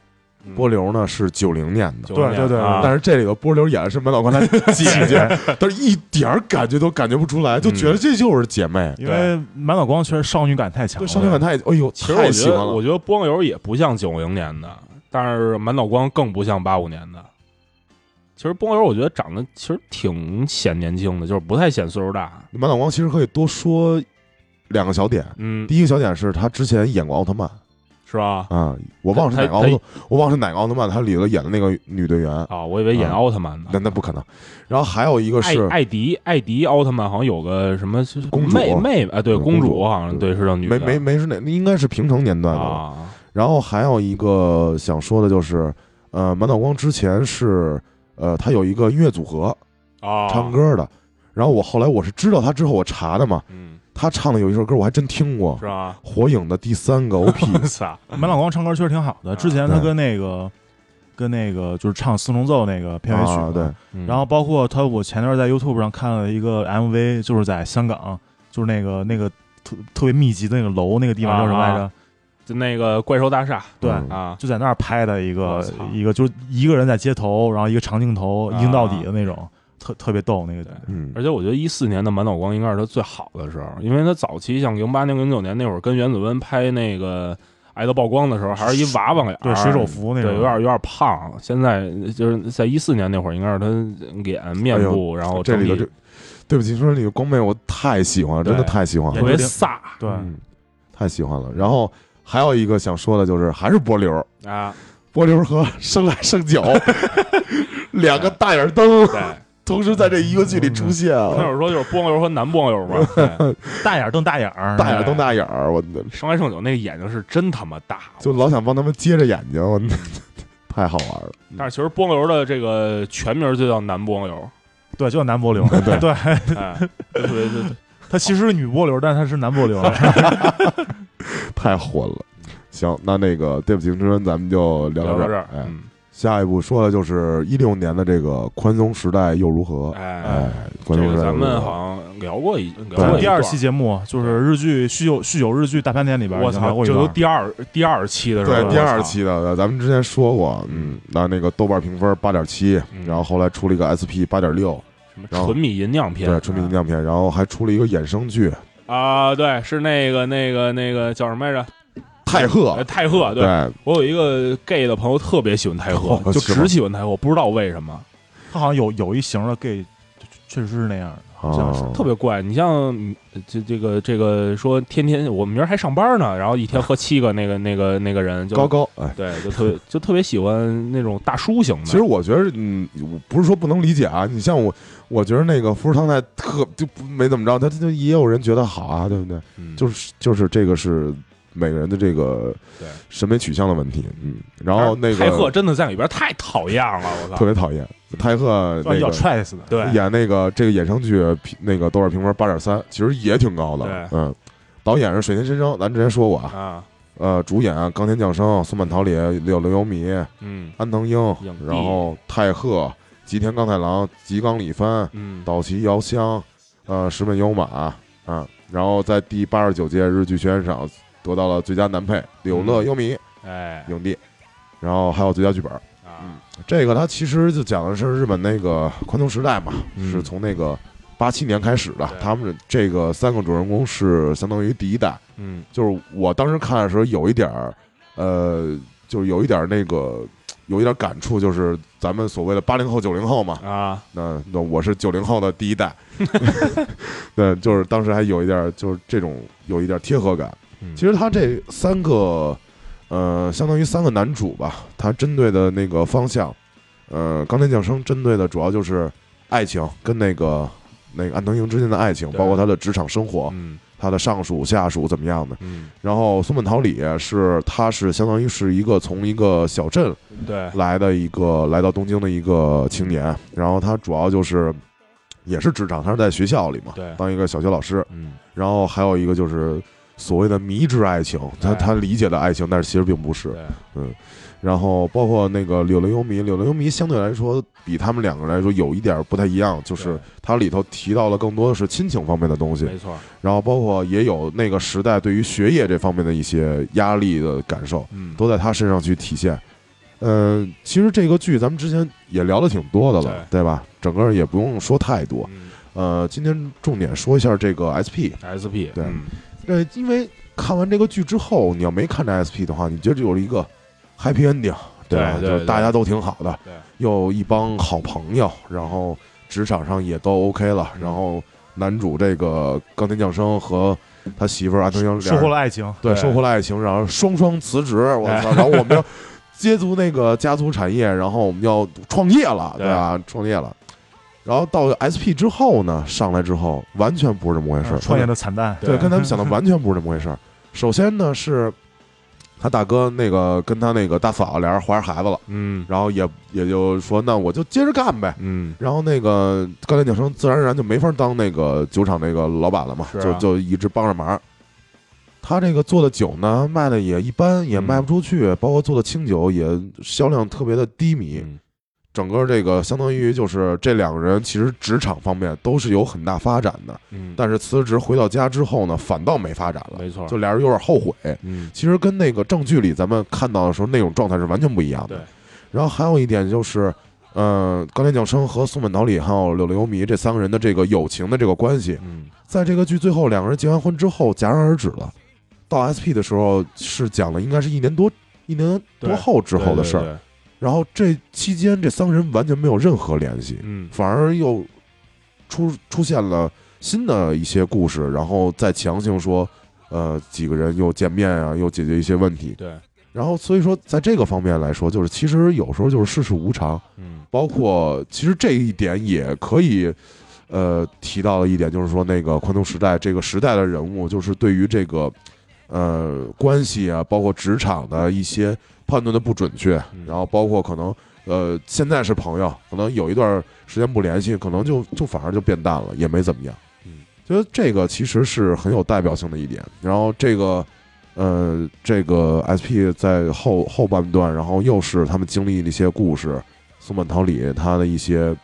波流呢是九零年的。对对对对啊、但是这里头波流演的是满岛光的姐 姐，但是一点儿感觉都感觉不出来，就嗯觉得这就是姐妹。因为满脑光确实少女感太强对，了，少女感太，哎呦，其实我太喜觉欢得，了我。觉得波友也不像九零年的，但是满岛光更不像八五年的。其实波友我觉得长得其实挺显年轻的，就是不太显岁数大。满岛光其实可以多说两个小点，嗯，第一个小点是他之前演过奥特曼，是吧？啊，我忘了是哪个奥他特，我忘了是哪个奥特曼，他里头演的那个女队员，啊，我以为演啊奥特曼呢。那那不可能。然后还有一个艾是艾迪，艾迪奥特曼好像有个什么公主妹妹啊，对，嗯公公主主好像对是叫女没的，没没是哪，应该是平成年代的。啊，然后还有一个想说的就是，呃，满岛光之前是呃，他有一个音乐组合啊，唱，歌的。然后我后来我是知道他之后我查的嘛，嗯，他唱的有一首歌我还真听过，是《 吧？ 火影》的第三个 OP 我操，满脑光唱歌确实挺好的，啊之前他对跟那个跟那个就是唱四重奏那个片尾曲嘛啊，对，，嗯然后包括他，我前段在 YouTube 上看了一个 MV，就是在香港，就是那个那个特特别密集的那个楼那个地方叫什啊么来着？就那个怪兽大厦对，嗯啊，就在那儿拍的一我个操一个，就是一个人在街头，然后一个长镜头啊硬到底的那种，特特别逗那个对。嗯，而且我觉得一四年的满脑光应该是他最好的时候，因为他早期像零八年、零九年那会儿跟袁子温拍那个《爱的曝光》的时候，还是一娃娃脸儿，对水手服那对，种，有点有点胖。现在就是在一四年那会儿，应该是他脸、面部，然后哎这里头整就体对不起，说你光妹我太喜欢了，真的对太喜欢了特。别飒对，嗯，太喜欢了。然后还有一个想说的就是，还是波流，啊， 波流和生来生酒两个大眼灯，对，同时在这一个剧里出现啊，那有说就是波友和男波友嘛， 哎大眼儿瞪大眼儿，大眼儿瞪大眼儿，我生来圣酒那个眼睛是真他妈大，就老想帮他们接着眼睛，我 太好玩了。但是其实波流的这个全名就叫男波流，对，就叫男 波流，对对，哎，对对对，他其实是女波流，但他是男波流，哦 太混了。行，那那个对不起青春，咱们就聊聊到这这儿，哎，嗯，下一步说的就是一六年的这个宽松时代又如何？哎哎，，这宽松时个代咱又如何们好像聊过一聊对过一第二段期节目就是日剧酗酒酗酒日剧大盘点里边，我操，这就都第二第二期的时候，对第二期的，呃咱们之前说过，嗯，那那个豆瓣评分八点七嗯，然后后来出了一个 SP 八点六，什么然后纯米吟酿篇，对，纯品酿片，然后还出了一个衍生剧《啊，对，是那个那个那个叫什么来着？太赫呃，》，太赫，对啊对，我有一个 gay 的朋友特别喜欢太 赫哦，就是吗只喜欢太赫，不知道为什么，他好像有有一型的 gay，就确实是那样的，好像是啊，特别怪。你像呃这这个这个说天天我明儿还上班呢，然后一天喝七个，那个 那个那个人就高高，哎。对，就特别就特别喜欢那种大叔型的。其实我觉得，嗯，我不是说不能理解啊。你像我，我觉得那个富士康泰特就不没怎么着，他他就也有人觉得好啊，对不对？嗯就是就是这个是每个人的这个对审美取向的问题，嗯。然后那个泰赫真的在里边太讨厌了，我特操！别讨厌，泰啊赫比那较个 trans 的，对，演那个这个衍生剧，那个豆瓣评分八点三，其实也挺高的。对嗯，导演是水田伸生，咱之前说过啊。啊，呃，主演啊冈田将生、松坂桃李、柳柳由美、嗯安藤英影帝，然后太贺、吉田刚太郎、吉冈里帆、嗯，岛崎遥香、呃石本优马啊，然后在第八十九届日剧学院赏得到了最佳男配柳嗯乐优弥哎影帝，然后还有最佳剧本。啊，这个它其实就讲的是日本那个宽松时代嘛，嗯是从那个八七年开始的对。他们这个三个主人公是相当于第一代，嗯就是我当时看的时候有一点儿，呃，就是有一点儿那个，有一点儿感触，就是咱们所谓的八零后、九零后嘛。啊，那那我是九零后的第一 代，对，就是当时还有一点儿就是这种有一点儿贴合感。嗯其实他这三个，呃，相当于三个男主吧，他针对的那个方向，呃，钢铁降生针对的主要就是爱情跟那个那个安藤英之间的爱情，对包括他的职场生活，嗯他的上属、下属怎么样的。嗯，然后松本桃李是，他是相当于是一个从一个小镇对，来的一个来到东京的一个青年，然后他主要就是也是职场，他是在学校里嘛，对当一个小学老师，嗯然后还有一个就是所谓的迷之爱情，他哎他理解的爱情，但是其实并不是。对，然后包括那个柳柳优弥，柳柳优弥相对来说比他们两个来说有一点不太一样，就是对它里头提到了更多的是亲情方面的东西，没错，然后包括也有那个时代对于学业这方面的一些压力的感受。嗯，都在他身上去体现。嗯、其实这个剧咱们之前也聊的挺多的了，对吧？整个也不用说太多。嗯呃，今天重点说一下这个 SP。 SP，对嗯呃，因为看完这个剧之后，你要没看这 SP 的话，你觉得有一个 happy ending，吧？对对就是大家都挺好的，对又一帮好朋友，然后职场上也都 OK 了，嗯然后男主这个钢铁降生和他媳妇儿安藤英收获了爱情，对，对收获了爱情，然后双双辞职，我哎操！然后我们要接足那个家族产业，然后我们要创业了，对对吧？创业了，然后到 SP 之后呢，上来之后完全不是这么回事儿，创业跟的惨淡，对，跟他们想的完全不是这么回事儿。首先呢是。他大哥那个跟他那个大嫂俩人怀着孩子了，嗯然后也也就说那我就接着干呗。嗯，然后那个钢铁女生自然而然就没法当那个酒厂那个老板了嘛，是啊就就一直帮着忙。他这个做的酒呢，卖的也一般，也嗯卖不出去，包括做的清酒也销量特别的低迷。嗯整个这个相当于就是这两个人其实职场方面都是有很大发展的，嗯，但是辞职回到家之后呢，反倒没发展了，没错，就俩人有点后悔。嗯其实跟那个正剧里咱们看到的时候那种状态是完全不一样对的。然后还有一点就是，呃，钢铁降生和松本桃李还有柳柳由弥这三个人的这个友情的这个关系，嗯在这个剧最后两个人结完婚之后戛然而止了。到 SP 的时候是讲了，应该是一年多一年多后之后的事，儿。对对对然后这期间这三个人完全没有任何联系，嗯反而又出出现了新的一些故事，然后再强行说，呃，几个人又见面啊，又解决一些问题。嗯对，然后所以说，在这个方面来说，就是其实有时候就是世事无常，嗯包括其实这一点也可以，呃，提到了一点，就是说那个宽松时代这个时代的人物，就是对于这个呃关系啊，包括职场的一些判断的不准确，嗯然后包括可能呃现在是朋友，可能有一段时间不联系，可能就就反而就变淡了，也没怎么样。嗯，觉得这个其实是很有代表性的一点。然后这个。呃，这个 SP 在后后半段，然后又是他们经历了一些故事，松本桃李他的一些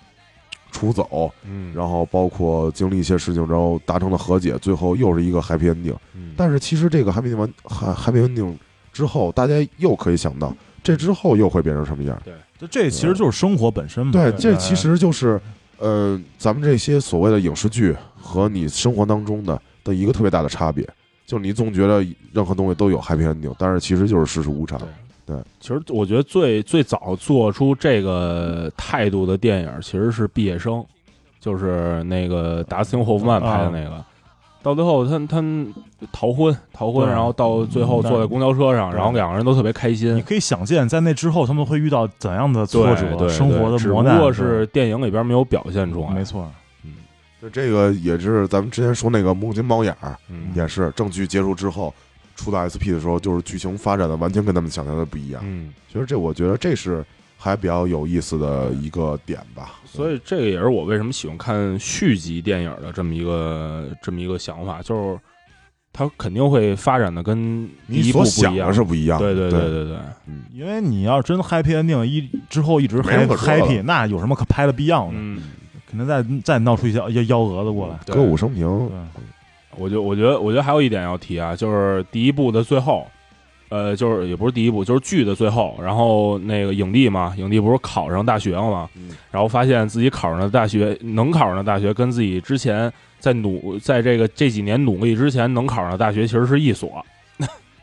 出走，嗯，然后包括经历一些事情之后达成了和解，最后又是一个 happy ending。嗯但是其实这个 happy ending 完 ha- happy ending 之后，大家又可以想到这之后又会变成什么样。这这其实就是生活本身嘛。嗯对，这其实就是呃，咱们这些所谓的影视剧和你生活当中的的一个特别大的差别。就你总觉得任何东西都有 happy ending，但是其实就是世事无常。对，其实我觉得最最早做出这个态度的电影其实是《毕业生》，就是那个达斯汀霍夫曼拍的那个。啊到最后他，他逃婚，逃婚，对然后到最后对坐在公交车上，对然后两个人都特别开心你。可以想见，在那之后他们会遇到怎样的挫对对折、对生活的只磨不难。过是啊电影里边没有表现出来。没，错，就这个也是咱们之前说那个孟津猫眼儿，嗯也是正剧结束之后出到 SP 的时候，就是剧情发展的完全跟他们想象的不一样。嗯，其实这我觉得这是还比较有意思的一个点吧。所以这个也是我为什么喜欢看续集电影的这么一个这么一个想法，就是它肯定会发展的跟第你一部所不想一的样。是不嗯一样对的，对啊对对对对，嗯，因为你要真 happy ending 一之后一直没什 happy 么可说的 happy，那有什么可拍的必要呢？嗯，肯定再再闹出一些幺幺蛾子过来。对歌舞升平，对，我就我觉得，我觉得还有一点要提啊，就是第一部的最后，呃，就是也不是第一部，就是剧的最后，然后那个影帝嘛，影帝不是考上大学了嘛，嗯然后发现自己考上的大学，能考上的大学跟自己之前在努在这个这几年努力之前能考上的大学其实是一所，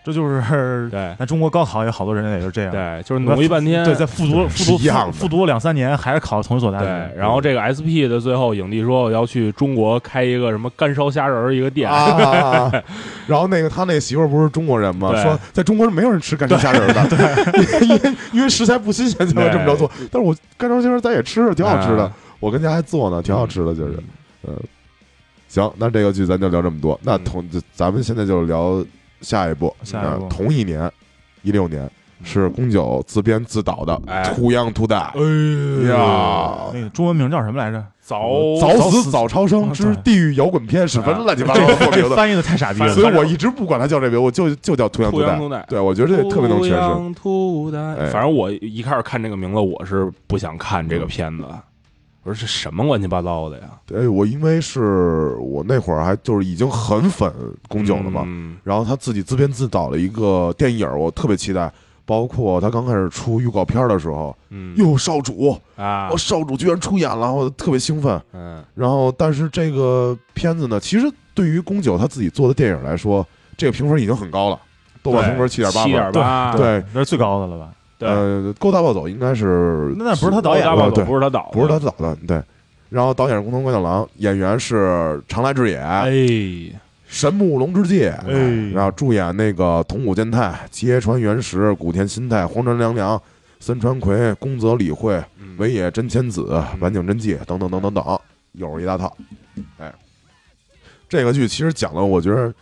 这 就是对咱中国高考有好多人也是这样。对，就是努力半天，对，在复读复是一样读的复读两三年，还是考同一所大对学。，然后这个 SP 的最后，影帝说我要去中国开一个什么干烧虾仁儿一个店，嗯啊， 然后那个他那媳妇儿不是中国人吗？对说在中国是没有人吃干烧虾仁儿的， 对，因为因为食材不新鲜才会这么着做。但是我干烧虾仁儿咱也吃，挺好吃的啊，我跟家还做呢，挺好吃的，就是，嗯，行，那这个剧咱就聊这么多。嗯那同就咱们现在就聊下一步，下一步嗯呃同一年，一六年是宫九自编自导的哎《图样图大》，哎哦呀那个中文名叫什么来着？早早死早超生之哦对地狱摇滚片，十分啊乱七八糟的作名这字。翻译的太傻逼了。 反所以正我一直不管它叫这名，我就就叫《图样兔图大羊》。兔奶。对，我觉得这特别能诠释。兔的哎反正我一开始看这个名字，我是不想看这个片子。我说这什么乱七八糟的呀？对，我因为是我那会儿还就是已经很粉宫九了嘛，嗯然后他自己自编自导了一个电影，我特别期待。包括他刚开始出预告片的时候，嗯哟，少主，啊我，少主居然出演了，我特别兴奋。嗯然后，但是这个片子呢，其实对于宫九他自己做的电影来说，这个评分已经很高了，豆瓣评分七点八七点分，八，对，这是最高的了吧？对呃，《勾大暴走》应该是那那不是他导高演大吧暴对走不是他导，不是他，导的，对。然后导演是宫藤官九郎，演员是长濑智也、哎，神木隆之介，哎啊然后主演那个桐谷健太、揭川元实、古田新太、荒川良良、森川葵、宫泽理惠、嗯尾野真千子、坂井真纪等等等等等，又是一大套。哎，这个剧其实讲了，我觉得，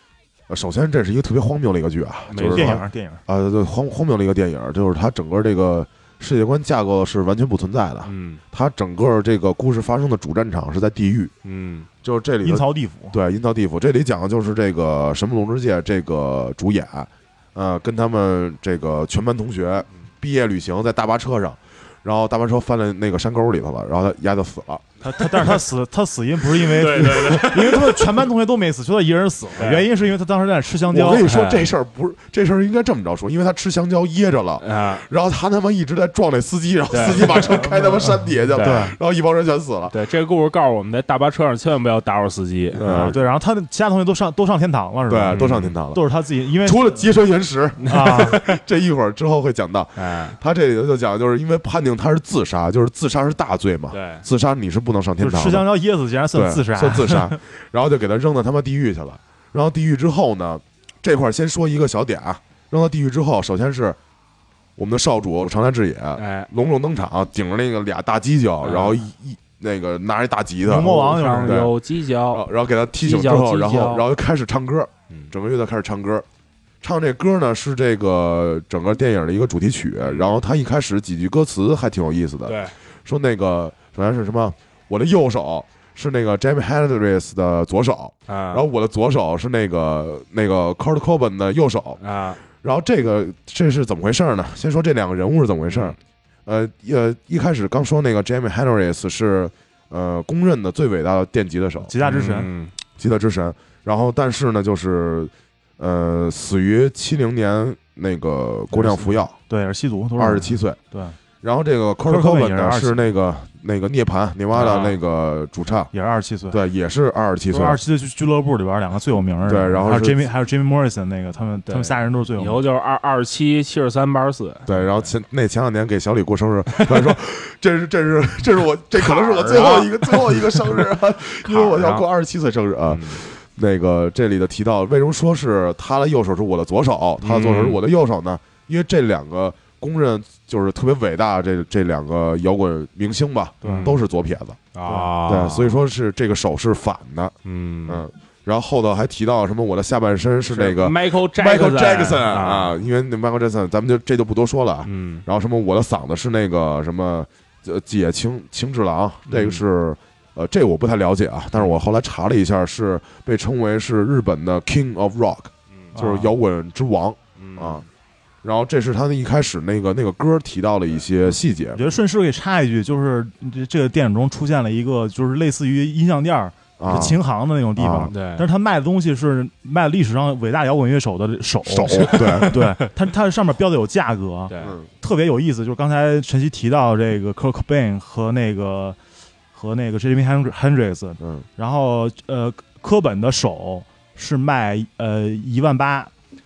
呃首先这是一个特别荒谬的一个剧啊，没就是电它影电影，啊，对，荒荒谬的一个电影，就是它整个这个世界观架构是完全不存在的，嗯它整个这个故事发生的主战场是在地狱，嗯就是这里阴头曹 地府。对阴曹地府，这里讲的就是这个神木龙之介这个主演，呃，跟他们这个全班同学毕业旅行在大巴车上，然后大巴车翻了那个山沟里头了，然后他丫就死了，他他，但是他死他死因不是因为对对 对，因为他们全班同学都没死，就他一人死了。对原因是因为他当时在那吃香蕉。我跟你说哎这事儿不是这事儿应该这么着说，因为他吃香蕉噎着了。啊，然后他他妈一直在撞那司机，然后对司机把车开他妈山底下去了，对然后一帮人全死了。对，这个故事告诉我们，在大巴车上千万不要打扰司机，啊嗯对，然后他的其他同学都上都上天堂了，是吧？对，都上天堂了。都是他自己，因为除了揭穿原石，啊，这一会儿之后会讲到。哎，他这里头就讲，就是因为判定他是自杀，就是自杀是大罪嘛，对，自杀你是不能上就天是堂吃的，香蕉噎死，竟然对，算自杀，算自杀，然后就给他扔到他妈地狱去了。然后地狱之后呢，这块儿先说一个小点啊，扔到地狱之后，首先是我们的少主长山智也哎，隆重登场，顶着那个俩大犄角，啊然后一一那个拿着大吉他，牛魔王上对有犄然角，后然后给他踢醒之犄角后，犄角然后然后就开始唱歌，嗯整个乐队开始唱歌。唱这歌呢是这个整个电影的一个主题曲，然后他一开始几句歌词还挺有意思的，对，说那个首先是什么，我的右手是那个 Jamie Hendrix 的左手，啊，然后我的左手是那个那个 Kurt Cobain 的右手，啊，然后这个这是怎么回事儿呢？先说这两个人物是怎么回事儿。呃呃，一开始刚说那个 Jamie Hendrix 是呃公认的最伟大的电吉他手，吉他之神，嗯，吉他之神。然后但是呢，就是呃死于七零年那个过量服药，对，是吸毒，都是二十七岁。对，然后这个 Kurt Kurt Cobain 也 Cobain 是呢27是那个那个涅槃涅瓦啊的那个主唱，也是二十七岁，对，也是二十七都岁是。二十七岁俱俱乐部里边两个最有名的人，对然后还有是 Jimmy 还有 Jimmy Morrison 那个，他们对啊他们仨人都是最有以名的。后就是二二十七、七十三、八十四，对，然后前那前两年给小李过生日，他说这是这是这是我这可能是我最后一个最后一个生日，啊 因为我要过二十七岁生日啊。嗯那个这里的提到，为什么说是他的右手是我的左手，他的左手是我的右手呢？因为这两个公认就是特别伟大的这这两个摇滚明星吧，对都是左撇子，啊，对，所以说是这个手是反的，嗯嗯。然后后头还提到什么我的下半身是那个 Michael Michael Jackson 啊，，因为那 Michael Jackson，咱们就这就不多说了啊。嗯然后什么我的嗓子是那个什么呃解青青之郎，这个是呃这我不太了解啊，但是我后来查了一下，是被称为是日本的 King of Rock，嗯啊就是摇滚之王啊。然后这是他的一开始那个那个歌提到了一些细节我觉得顺势可以插一句，就是这这个电影中出现了一个就是类似于音像店儿、啊，琴行的那种地方啊，对但是他卖的东西是卖历史上伟大摇滚乐手的手啊手对， 对它，它上面标的有价格，对嗯特别有意思。就是刚才晨曦提到这个 Kurt Cobain 和那个和那个 Jimi Hendr- Hendrix，嗯然后呃，科本的手是卖呃一万八，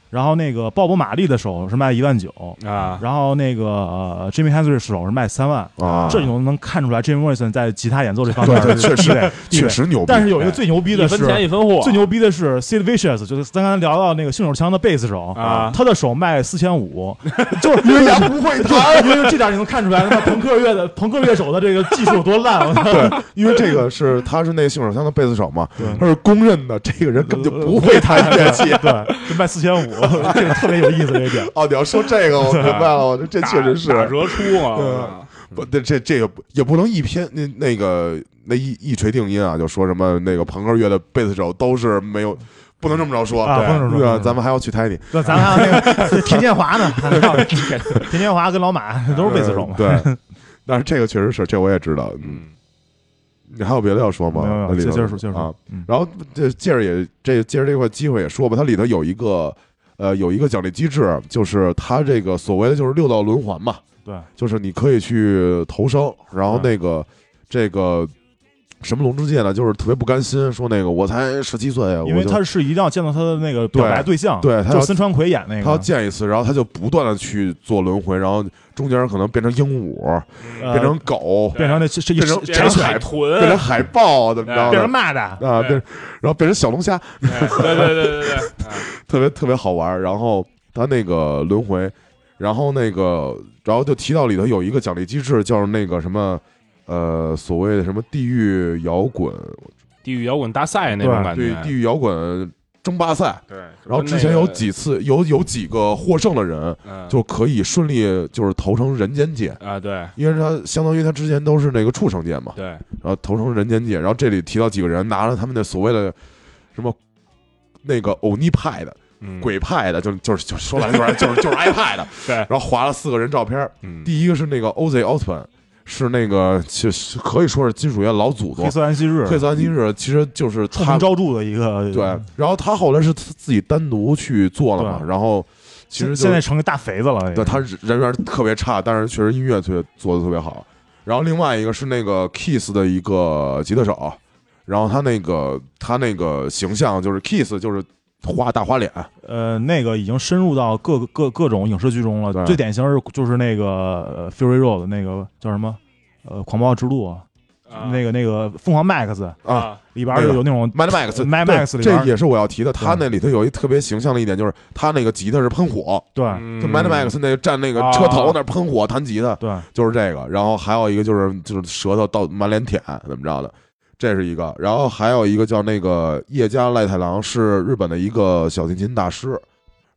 然后那个鲍勃·马利的手是卖一万九，啊，然后那个、呃、Jimmy Hendrix 的手是卖三万。啊，这你都能看出来，Jim Morrison 在吉他演奏这方对面 对，是确地位实地确位。实牛逼，但是有一个最牛逼的一是分，钱一分货，啊最牛逼的是 Sid Vicious，就是咱刚才聊到那个性手枪的贝斯手啊他的手卖四千 五，就是因为人不会弹，因为这点你能看出来，他妈朋克乐的 朋克乐手的这个技术有多烂。我 操对，因为这个是他是那个性手枪的贝斯手嘛对，他是公认的，这个人根本就不会弹乐器。对，就卖四千五，这个特别有意思这一点。 哦，你要说这个，我明白了，我这这打 确实是打折出啊嗯，不，这这这个不也不能一偏那那个那一一锤定音啊，就说什么那个朋克乐的贝斯手都是没有，不能这么着说啊不能这么说不能对吧这么说咱们还要去猜你，对，咱还有那个田建华 呢，田建华跟老马都是贝斯手嘛。嗯对，但是这个确实是，这我也知道。嗯，嗯你还有别的要说吗？没有没有那里头接接着说接着说啊嗯。然后这借着也这借着这块机会也说吧，它里头有一个呃有一个奖励机制，就是它这个所谓的就是六道轮环嘛，对，就是你可以去投生，然后那个、这个什么龙之介呢，就是特别不甘心，说那个我才十七岁，因我为就他是一定要见到他的那个表白对象，对他要就是森川葵演那他要个，见一次，然后他就不断的去做轮回，然后中间可能变成鹦鹉，呃变成狗，变成那这一变成变柴成犬，海豚，变成海豹，怎么着变成的？骂的，啊，变，然后变成小龙虾，哎 对对对对对，啊特别特别好玩儿。然后他那个轮回，然后那个，然后就提到里头有一个奖励机制，叫那个什么，呃，所谓的什么地狱摇滚，地狱摇滚大赛那种对感对觉，地狱摇滚争霸赛。对，然后之前有几次有有几个获胜的人嗯就可以顺利就是投成人间界，啊对因为他相当于他之前都是那个畜生界嘛，对然后投成人间界。然后这里提到几个人拿了他们的所谓的什么那个欧尼派的，嗯鬼派的，就是就是就是说白了就是就是就是 iPad 的，对，然后划了四个人照片儿，嗯第一个是那个 OZ Osbourne，是那个其实可以说是金属乐老祖宗黑，色安息日，黑色安息日其实就是冲他锋招嗯助的一个，对，然后他后来是他自己单独去做了嘛，对然后其现，实就现在成个大肥子了。对他人缘特别差，但是确实音乐却做的特别好。然后另外一个是那个 Kiss 的一个吉他手，然后他那个他那个形象就是 Kiss 就是花大花脸，啊呃，那个已经深入到各个各各种影视剧中了。对最典型是就是那个呃 Fury Road 那个叫什么呃狂暴之路啊，啊那个那个《凤凰 Max》啊，里边儿就有那种 Mad Max 呃，Mad 对 Max 里边这儿也是我要提的。他那里头有一特别形象的一点，就是他那个吉他是喷火，对啊嗯就 Mad Max 那个站那个啊车头那儿喷火弹吉他，对就是这个。然后还有一个就是就是舌头到满脸舔怎么着的，这是一个。然后还有一个叫那个叶家赖太郎，是日本的一个小提琴大师，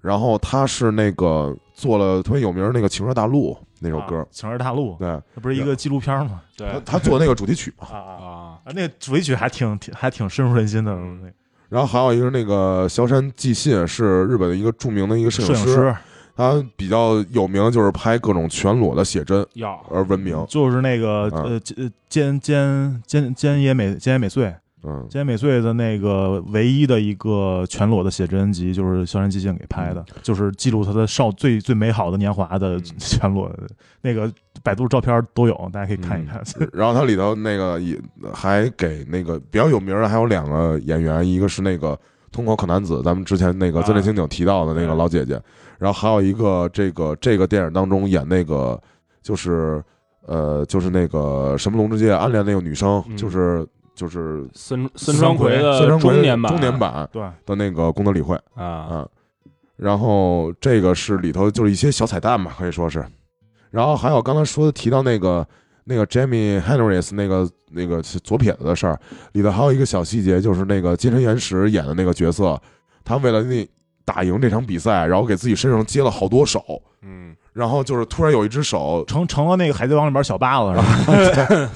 然后他是那个做了特别有名儿那个《情热大陆》那首歌啊，情儿大陆》，对这不是一个纪录片儿吗？对他他做那个主题曲嘛。啊啊啊，啊！那个主题曲还挺挺还挺深入人心的，嗯那个然后还有一个是那个萧山纪信，是日本的一个著名的一个摄摄影影师，他比较有名就是拍各种全裸的写真要而闻名。就是那个嗯呃菅菅菅菅菅野美菅野美穗嗯，菅野美穗的那个唯一的一个全裸的写真集，就是萧山纪信给拍的，就是记录他的少最最美好的年华的嗯全裸，那个百度照片都有，大家可以看一看。嗯然后他里头那个也还给那个比较有名的还有两个演员，一个是那个通口可男子，咱们之前那个啊《自恋刑警》提到的那个对老姐姐，然后还有一个这个这个电影当中演那个就是呃就是那个什么龙之介暗恋那个女生，嗯就是就是森森川葵森的川葵中年版，中年版 对，的那个功德理惠。啊，啊，然后这个是里头就是一些小彩蛋吧，可以说是。然后还有刚才说的提到那个那个 Jamie Henrys 那个那个是左撇子的事儿，里头还有一个小细节，就是那个金城岩石演的那个角色，他为了那打赢这场比赛，然后给自己身上接了好多手，嗯，然后就是突然有一只手，成成了那个《海贼王》里边小霸了，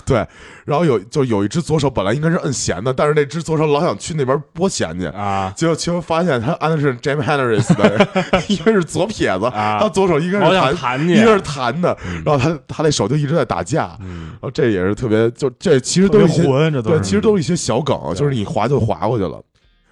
是 吧？然后有就有一只左手本来应该是摁弦的，但是那只左手老想去那边拨弦去，啊结果结果发现他按的是 Jamie Henrys 的， 因为是左撇子，他啊，左手一个是老想弹弹你一，个是弹的，嗯然后他他那手就一直在打架，然嗯后这也是特别就这其实特都别是一啊些混，这都对，是其实都是一些小梗，啊就是你划就划过去了。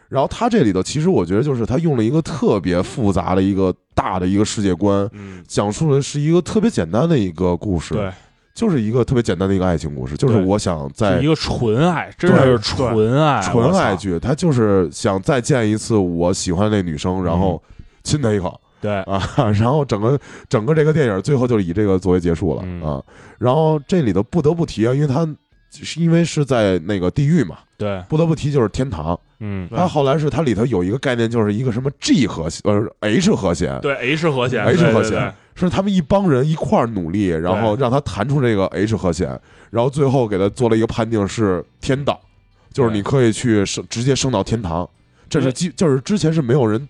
然后他这里头其实我觉得就是他用了一个特别复杂的一个大的一个世界观，嗯，讲述的是一个特别简单的一个故事，对，就是一个特别简单的一个爱情故事，就是对我想是在一个纯爱，真对是纯爱，纯我操爱，剧，他就是想再见一次我喜欢的那女生，然后亲她一口。对， 啊，然后整个整个这个电影最后就是以这个作为结束了、嗯啊。然后这里头不得不提啊，因为他是因为是在那个地狱嘛，对，不得不提就是天堂。嗯，对他后来是它里头有一个概念，就是一个什么 G 和谐，呃 H 和谐，对 H 和弦 H 对和对谐对是他们一帮人一块儿努力，然后让他弹出这个 H 和弦，然后最后给他做了一个判定是天道，就是你可以去升直接升到天堂。这是对基，就是之前是没有人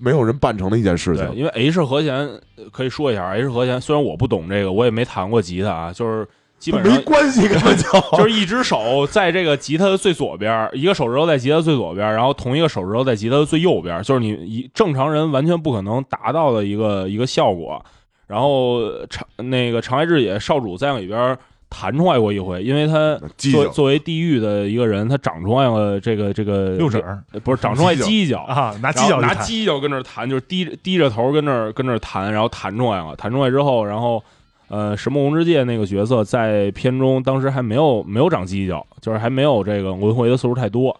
没有人办成的一件事情对，。因为 H 和弦呃可以说一下，H 和弦虽然我不懂这个，我也没弹过吉他啊，就是基本没上关 系，根本就就是一只手在这个吉他的最左边儿，一个手指头在吉他最左边儿，然后同一个手指头在吉他的最右边儿，就是你一正常人完全不可能达到的一个一个效果。然后呃长那个长爱智也少主在里边儿弹出来过一回，因为他机作灵作为地狱的一个人，他长出来了这个这个 六指儿呃不是长出来犄角啊，拿然犄后角去拿弹犄角跟那儿弹，就是低着低着头跟那儿跟那儿弹，然后弹出来了，弹出来之后，然后呃，神木红之介那个角色在片中当时还没有没有长犄角，就是还没有这个轮回的次数太多。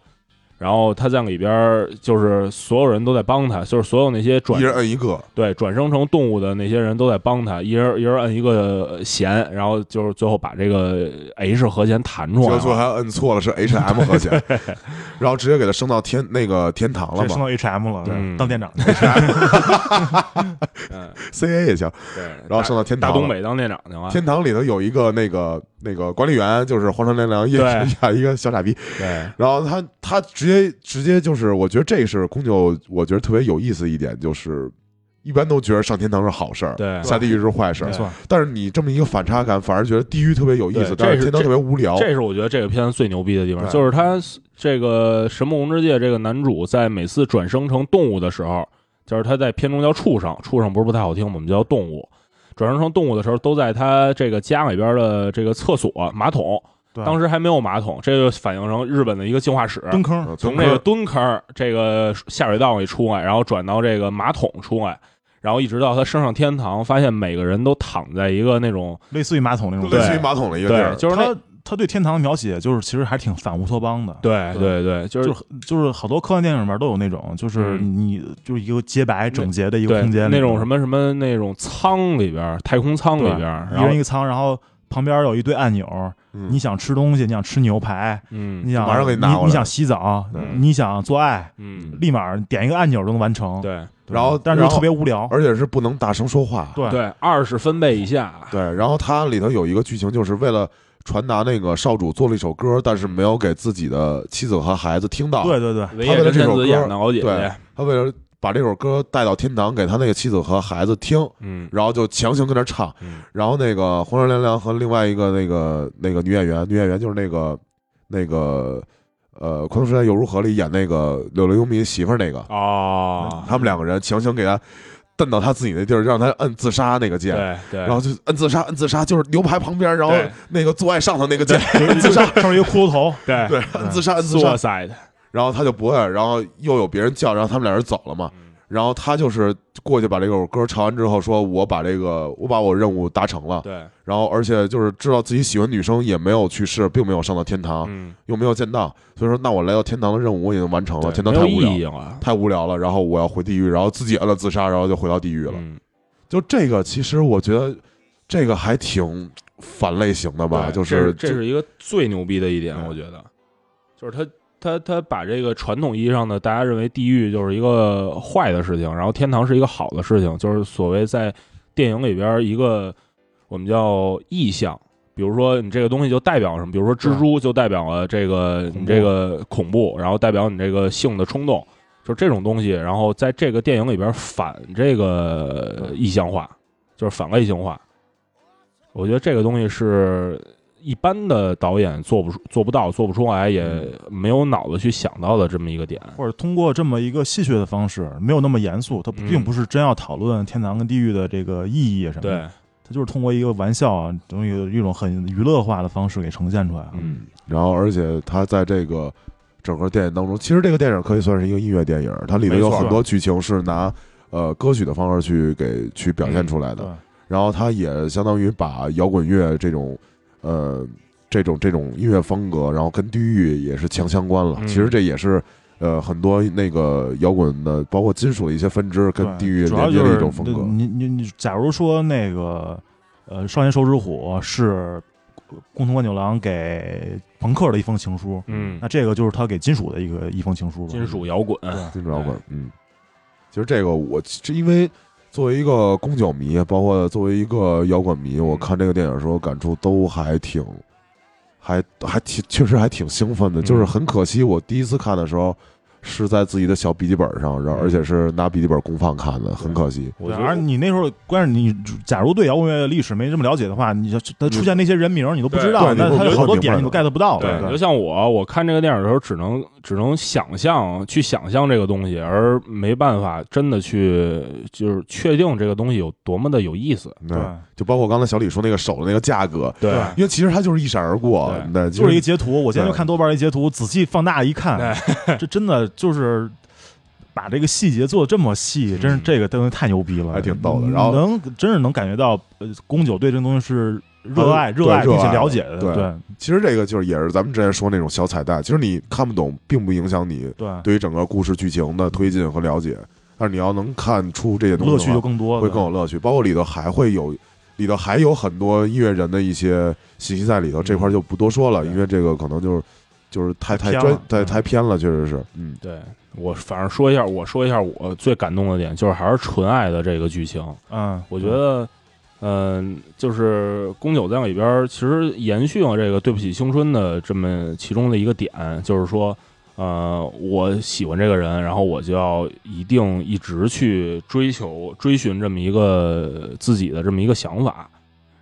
然后他在里边儿就是所有人都在帮他，就是所有那些转一人摁一个，对转生成动物的那些人都在帮他，一人一人摁一个弦，然后就是最后把这个 H 和弦弹出来结果最后了。还摁错了是 H M 和弦，然后直接给他升到天那个天堂了直接升嘛到 HM 了，嗯当店长去。嗯， ，C A 也行。对， 然后升到天堂大了东北当店长去了。天堂里头有一个那个那个管理员，就是荒川良良演对演一个小傻逼，对，然后他他直接直接就是，我觉得这是空九，我觉得特别有意思一点，就是一般都觉得上天堂是好事儿，对下地狱是坏事儿没，错，但是你这么一个反差感，反而觉得地狱特别有意对思，但这是天堂特别无聊。这是我觉得这个片子最牛逼的地方，对就是他这个神木红之介这个男主在每次转生成动物的时候，就是他在片中叫畜生，畜生不是不太好听，我们叫动物。转生成动物的时候，都在他这个家里边的这个厕所马桶，对当时还没有马桶，这就反映成日本的一个进化史，蹲坑嗯从这个蹲坑儿这个下水道里出来，然后转到这个马桶出来，然后一直到他升上天堂，发现每个人都躺在一个那种类似于马桶那种类地对儿，似于马桶的一个地对，儿，就是那他他对天堂的描写就是其实还挺反乌托邦的，对对对，就是就是就是好多科幻电影里面都有那种，就是你就是一个洁白整洁的一个嗯对空间里面那种什么什么那种舱里边儿，太空舱里边儿，一然后人一个舱，然后旁边有一堆按钮，你你想吃东西，你想吃牛排，嗯你想嗯马上给你拿过来你想洗澡，嗯你想做爱，嗯，立马点一个按钮就能完成。对对，然后但是就然后特别无聊。而且是不能大声说话。对对，二十分贝以下，对，然后它里头有一个剧情，就是为了传达那个少主做了一首歌，但是没有给自己的妻子和孩子听到。对对对，维也真贞子演的敖姐对姐，他为了把这首歌带到天堂，给他那个妻子和孩子听，嗯然后就强行跟那唱。嗯然后那个黄山凉凉和另外一个那个那个女演员，女演员就是那个那个呃《昆虫时代又如何》里演那个柳柳幽弥媳妇儿那个，哦，他们两个人强行给他蹬到他自己那地儿，让他摁自杀那个键。对对，然后就摁自杀，摁自杀就是牛排旁边，然后对那个做爱上头那个键，就是自杀，上面一个骷髅头，对对，摁自杀，摁自杀， suicide，然后他就不会，然后又有别人叫，然后他们俩人走了嘛。嗯然后他就是过去把这首歌唱完之后，说我把这个我把我任务达成了，对，然后而且就是知道自己喜欢女生也没有去试，并没有上到天堂，嗯，又没有见到，所以说那我来到天堂的任务我已经完成了，对天堂没太有无意义聊，了，太无聊了，然后我要回地狱，然后自己摁了自杀，然后就回到地狱了。嗯就这个，其实我觉得这个还挺反类型的吧，对就这是这是一个最牛逼的一点，对我觉得，就是他他他把这个传统意义上的大家认为地狱就是一个坏的事情，然后天堂是一个好的事情，就是所谓在电影里边一个我们叫意象。比如说，你这个东西就代表什么？比如说，蜘蛛就代表了这个恐怖你这个恐怖，然后代表你这个性的冲动，就这种东西。然后在这个电影里边反这个意象化，就是反类型化。我觉得这个东西是一般的导演做不出、做不到、做不出来，也没有脑子去想到的这么一个点。或者通过这么一个戏谑的方式，没有那么严肃，它嗯并不是真要讨论天堂跟地狱的这个意义什么的，对，它就是通过一个玩笑啊，等于一种很娱乐化的方式给呈现出来。嗯，然后而且它在这个整个电影当中，其实这个电影可以算是一个音乐电影，它里面有没错很多剧情是拿呃歌曲的方式去给去表现出来的，对，然后它也相当于把摇滚乐这种呃这种这种音乐风格，然后跟地狱也是强相关了。嗯其实这也是。呃，很多那个摇滚的，包括金属的一些分支，跟对地狱主要连接就的是一种风格。你你你，假如说那个呃，少年手指虎是宫藤官九郎给朋克的一封情书，嗯那这个就是他给金属的一个一封情书吧。金属摇滚，金属摇滚，嗯，其实这个我是因为作为一个宫九迷，包括作为一个摇滚迷，我看这个电影的时候感触都还挺，还还挺，确实还挺兴奋的。嗯就是很可惜，我第一次看的时候是在自己的小笔记本上，然嗯后而且是拿笔记本公放看的，很可惜。我觉而得你那时候，关键是你假如对摇滚乐的历史没这么了解的话，你就他出现那些人名儿你都不知道，对对那你他不有好多点你你不都 get 不到。对，就像我，我看这个电影的时候，只能只能想象去想象这个东西，而没办法真的去就是确定这个东西有多么的有意思。对，就包括刚才小李说那个手的那个价格，对对因为其实它就是一闪而过对，那就是一个个截图。我今天就看豆瓣一截图，仔细放大一看，哎这真的就是把这个细节做的这么细，真是嗯这个东西太牛逼了，还挺逗的然后能真是能感觉到，呃，宫九对这东西是热爱、嗯对热爱热并爱且了解的，对对其实这个就是也是咱们之前说那种小彩蛋，其实你看不懂，并不影响你对，对于整个故事剧情的推进和了解。但是你要能看出这些东西乐的趣话就更多，会更有乐趣，包括里头还会有，里头还有很多音乐人的一些信息在里头，这块就不多说了，对因为这个可能就是就是太太嗯偏专了太嗯太偏了，确实是，嗯，对我反正说一下，我说一下我最感动的点，就是还是纯爱的这个剧情。嗯，我觉得，嗯、就是宫九在里边儿其实延续了这个《对不起青春》的这么其中的一个点，就是说，呃，我喜欢这个人，然后我就要一定一直去追求、追寻这么一个自己的这么一个想法。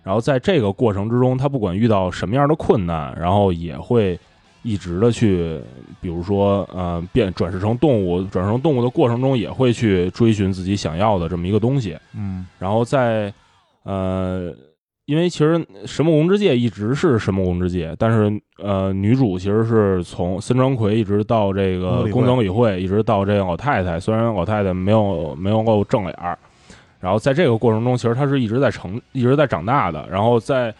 然后在这个过程之中，他不管遇到什么样的困难，然后也会一直的去，比如说，呃，变转世成动物，转世成动物的过程中，也会去追寻自己想要的这么一个东西。嗯然后在呃，因为其实《神木红之介》一直是《神木红之介》，但是呃，女主其实是从森庄葵一直到这个宫宫藤藤理惠，一直到这个老太太，虽然老太太没有没有够正脸儿，然后在这个过程中，其实她是一直在成一直在长大的，然后在。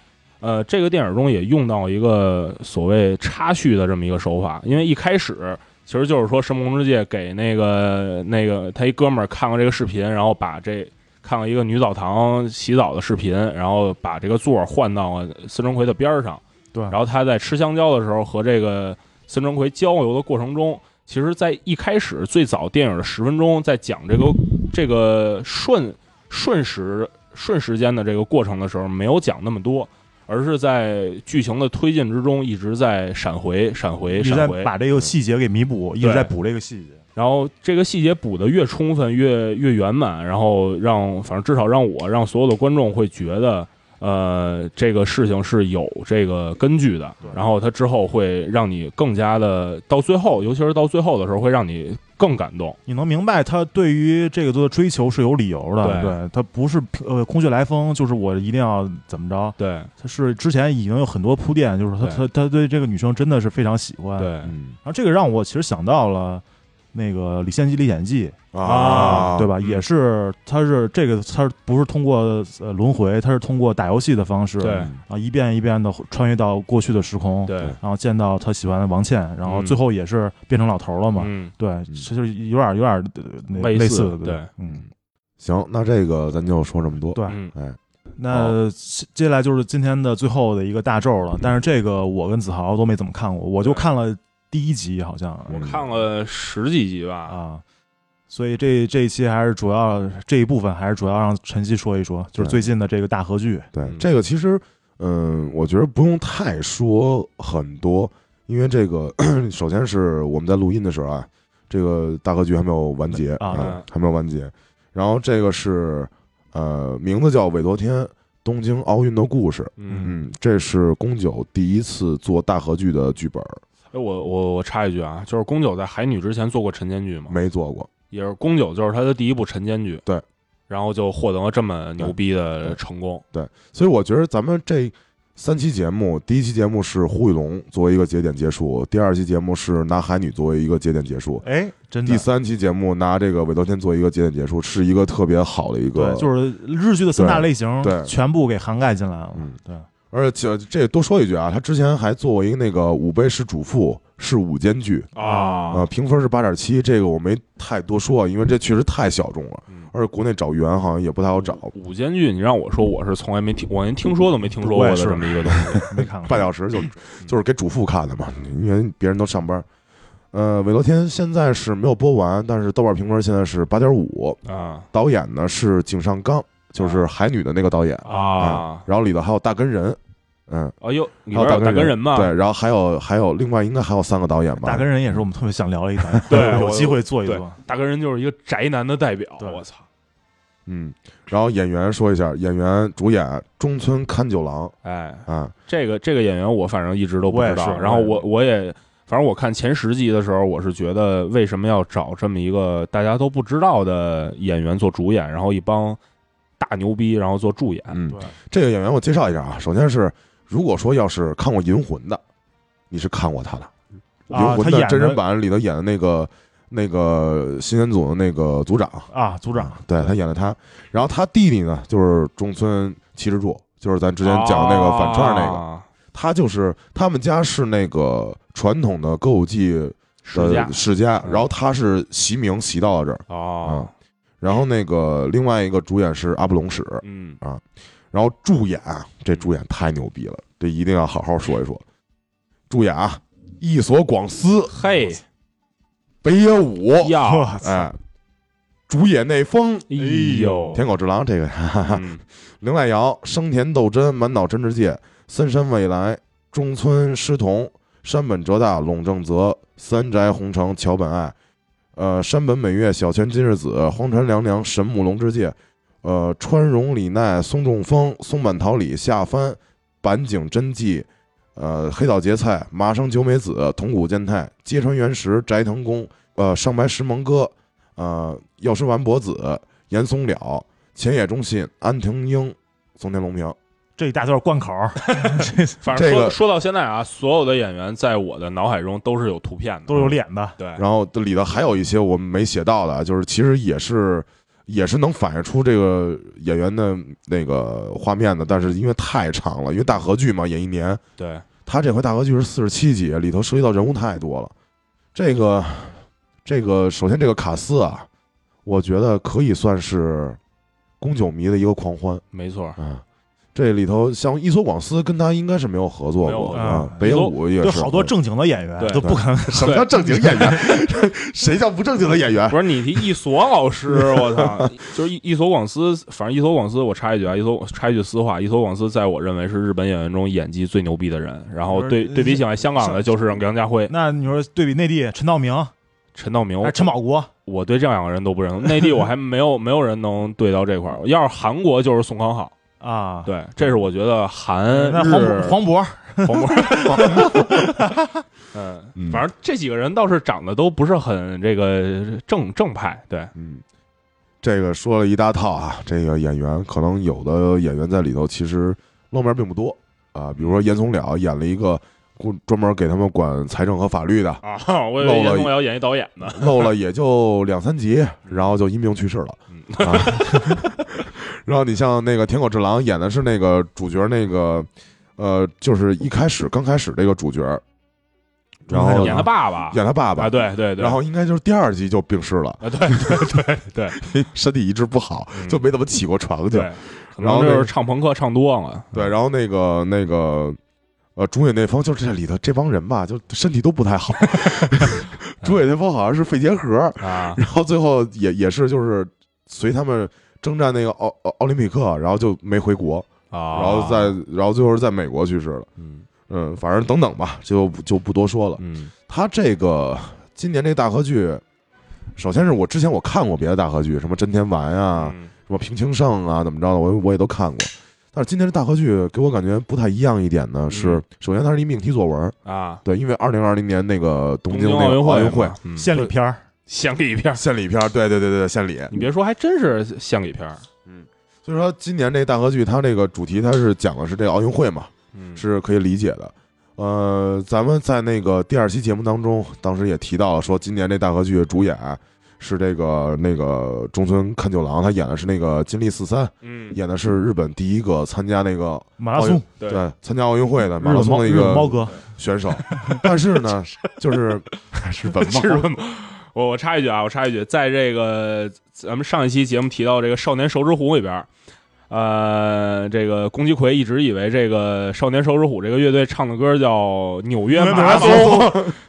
呃，这个电影中也用到一个所谓插叙的这么一个手法，因为一开始，其实就是说，神木之介给那个那个他一哥们儿看了这个视频，然后把这看了一个女澡堂洗澡的视频，然后把这个座儿换到了孙成奎的边儿上，对然后他在吃香蕉的时候和这个孙成奎交流的过程中，其实，在一开始最早电影的十分钟，在讲这个这个顺顺时顺时间的这个过程的时候，没有讲那么多，而是在剧情的推进之中一直在闪回、闪回、一直在闪回，把这个细节给弥补，一直在补这个细节。然后这个细节补的越充分越越圆满，然后让反正至少让我让所有的观众会觉得，呃，这个事情是有这个根据的对。然后它之后会让你更加的到最后，尤其是到最后的时候，会让你更感动。你能明白他对于这个的追求是有理由的，对对他不是呃空穴来风，就是我一定要怎么着，对他是之前已经有很多铺垫，就是他他对他对这个女生真的是非常喜欢。对然，嗯后这个让我其实想到了那个《李献计历险记》啊对吧？嗯也是他是这个他不是通过呃轮回，他是通过打游戏的方式，对啊，一遍一遍的穿越到过去的时空，对，然后见到他喜欢的王倩，然后嗯最后也是变成老头了嘛。嗯，对，其实有点有点呃那类似类似的，对，嗯，行，那这个咱就说这么多。对。嗯哎，那接下来就是今天的最后的一个大咒嗯了，但是这个我跟子豪都没怎么看过，我就对看了第一集，好像我看了十几集吧，啊。所以这这一期还是主要这一部分还是主要让晨曦说一说，就是对最近的这个大合剧，对嗯这个其实，嗯，我觉得不用太说很多，因为这个 首先是我们在录音的时候啊，这个大格局还没有完结嗯啊对还没有完结。然后这个是呃，名字叫《韦陀天：东京奥运的故事》。嗯，嗯，这是宫九第一次做大合剧的剧本，哎，我我我插一句啊，就是宫九在海女之前做过晨间剧吗？没做过。也是宫九，就是他的第一部晨间剧，对，然后就获得了这么牛逼对的对成功，所以我觉得咱们这三期节目，第一期节目是胡宇龙作为一个节点结束，第二期节目是拿海女作为一个节点结束，哎，真的第，三期节目拿这个韦德天做一个节点结束，是一个特别好的一个对，，就是日剧的三大类型对对全部给涵盖进来了，嗯对，而且这多说一句啊，他之前还做过一个那个五杯是主妇是五间剧啊、啊，评分是八点七，这个我没太多说，因为这确实太小众了，嗯而且国内找源好像也不太好找，五间剧，你让我说，我是从来没听，我连听说都没听说我过也的是这么一个东西。没看过， 半小时就 就是给主妇看的嘛，因为别人都上班。呃，韦罗天现在是没有播完，但是豆瓣评分现在是八点五。啊导演呢是井上刚，就是海女的那个导演。啊！然后里头还有大根人，嗯，哎呦，里边还有有大根根人嘛？对，然后还有还有另外应该还有三个导演吧。大根啊人也是我们特别想聊的一 台，对有我机会做一对做，大根人就是一个宅男的代表。对我操！嗯，然后演员说一下，演员主演中村勘九郎哎，啊，这个这个演员我反正一直都不我也知道。是然后我我我也反正我看前十集的时候，我是觉得为什么要找这么一个大家都不知道的演员做主演，然后一帮大牛逼，然后做助演。嗯，啊对，这个演员我介绍一下啊，首先是如果说要是看过《银魂》的，你是看过他的，《啊银魂他》演的的真人版里头演的那个那个新人组的那个组长，啊，组长，对他演的他，然后他弟弟呢就是中村七之助，就是咱之前讲的那哦个反串那个，啊他就是他们家是那个传统的歌舞伎世家的世家，嗯然后他是习名习到了这儿。嗯啊哦，然后那个另外一个主演是阿布隆史，嗯然后助演啊这助演太牛逼了，这一定要好好说一说。助演啊，一所广司嘿北野武，呀，哇塞哎，主演内丰，哎呦，田口智郎这个，啊哈哈嗯林濑遥、生田斗真、满岛真之介、森山未来、中村狮童、山本哲大、拢正则、三宅宏成、桥本爱，呃，山本美月、小泉今日子、荒川凉凉、神木隆之介，呃，川荣李奈、松重丰、松坂桃李、下帆、坂井真纪，呃，黑岛节菜、麻生久美子、桐谷健太、芥川原石、斋藤工、呃，上白石萌歌、呃，药师丸博子、岩松了、前野忠信、安藤英、松田龙平。这一大段贯口，这反正这说个说到现在啊，所有的演员在我的脑海中都是有图片的，都是有脸的，对，然后这里头还有一些我们没写到的，就是其实也是也是能反映出这个演员的那个画面的，但是因为太长了，因为大合剧嘛，演一年，对，他这回大合剧是四十七集，里头涉及到人物太多了。这个这个，首先这个卡斯啊，我觉得可以算是宫九迷的一个狂欢没错，啊，这里头像伊索广司跟他应该是没有合作没有过合啊作，北野武也嗯就是好多正经的演员对都不肯， 什么叫正经演员？ 谁叫不正经的演员？不是你提一所老师，我 操，就是一一所广司，反正一所广司，我插一句啊，一所插一句私话，一所广司在我认为是日本演员中演技最牛逼的人，然后对不是对比起来，香港的就是梁家辉、 那你说对比内地陈道明、哦陈道明，还是陈宝国，我对这两个人都不认同，内地我还没有没有人能对到这块儿，要是韩国就是宋康昊，啊，对，这是我觉得韩哎那黄日渤黄渤 嗯黄渤， 嗯，嗯反正这几个人倒是长得都不是很这个正正派，对，嗯，这个说了一大套啊，这个演员可能有的演员在里头其实露面并不多啊，比如说严从了演了一个顾专门给他们管财政和法律的，啊，我以为漏了严一宗尧演一导演呢，露了也就两三集，然后就因病去世了。嗯啊， 然后你像那个田口智郎演的是那个主角，那个呃，就是一开始刚开始这个主角，然后演他爸爸，演他爸爸，啊，对对对，然后应该就是第二集就病逝了， 啊，对对对对身体一直不好，嗯就没怎么起过床去。对，可然能后就那是唱朋克唱多了，对，然后那个那个，呃，主演那方就是这里头这帮人吧，就身体都不 太好。 主演那方好像是肺结核， 啊，然后最后也也是就是随他们征战那个奥奥奥林匹克，然后就没回国，然然后在然后最后是在美国去世了。啊嗯嗯，反正等等吧，就就不多说了。嗯他这个今年这大合剧，首先是我之前我看过别的大合剧，什么真田丸啊，嗯什么平清盛啊，怎么着的，我我也都看过。但是今天这大合剧给我感觉不太一样一点嗯呢，是首先它是一命题作文，啊，对，因为二零二零年那个东京那奥个运奥运会会嘛，嗯献礼片儿，献礼片儿，献礼片儿，对对对对，献礼。你别说，还真是献礼片儿，所以说今年这大合剧它这个主题它是讲的是这个奥运会嘛，嗯是可以理解的。呃，咱们在那个第二期节目当中，当时也提到了说，今年这大合剧的主演是这个那个中村勘九郎，他演的是那个金立四三，嗯演的是日本第一个参加那个马拉松，日对对，参加奥运会的哦马拉本松猫的日一本猫个哥，选手， 但是呢，就是 日 本猫， 是吗？我我插一句啊，我插一句，在这个咱们上一期节目提到这个《少年手指虎》里边儿，呃，这个宫崎葵一直以为这个《少年手指虎》这个乐队唱的歌叫《纽约马拉松》，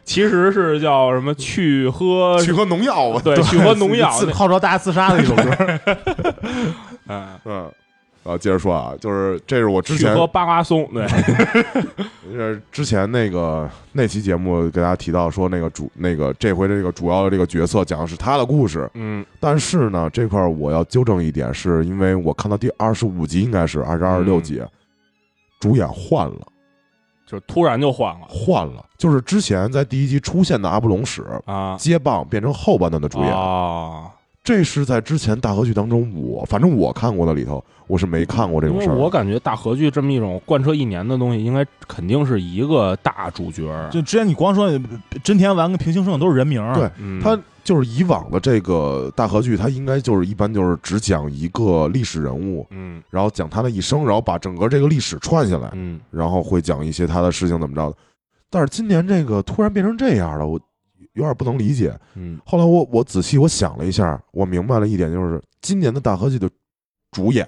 其实是叫什么去喝去喝农药啊吧，对去喝农药，自号召大家自杀的一首歌，嗯， 嗯，然后接着说啊，就是这是我之去前喝巴拉松，对，呃，之前那个那期节目给大家提到说，那个主那个这回这个主要的这个角色讲的是他的故事，嗯，但是呢，这块儿我要纠正一点，是因为我看到第二十五集应该是还是二十六集，主演换了，就是突然就换了换了，就是之前在第一集出现的阿布隆史啊，接棒变成后半段的 主演，啊，这是在之前大合剧当中我反正我看过的里头，我是没看过这因种为事儿的。我感觉大合剧这么一种贯彻一年的东西，应该肯定是一个大主角儿， 就之前你光说真田丸跟平行胜都是人名儿，对嗯，他就是以往的这个大合剧，它应该就是一般就是只讲一个历史人物，嗯。然后讲他的一生，然后把整个这个历史串下来，嗯，然后会讲一些他的事情怎么着的。但是今年这个突然变成这样了，我有点不能理解。嗯，后来我我仔细我想了一下，我明白了一点，就是今年的大合剧的主演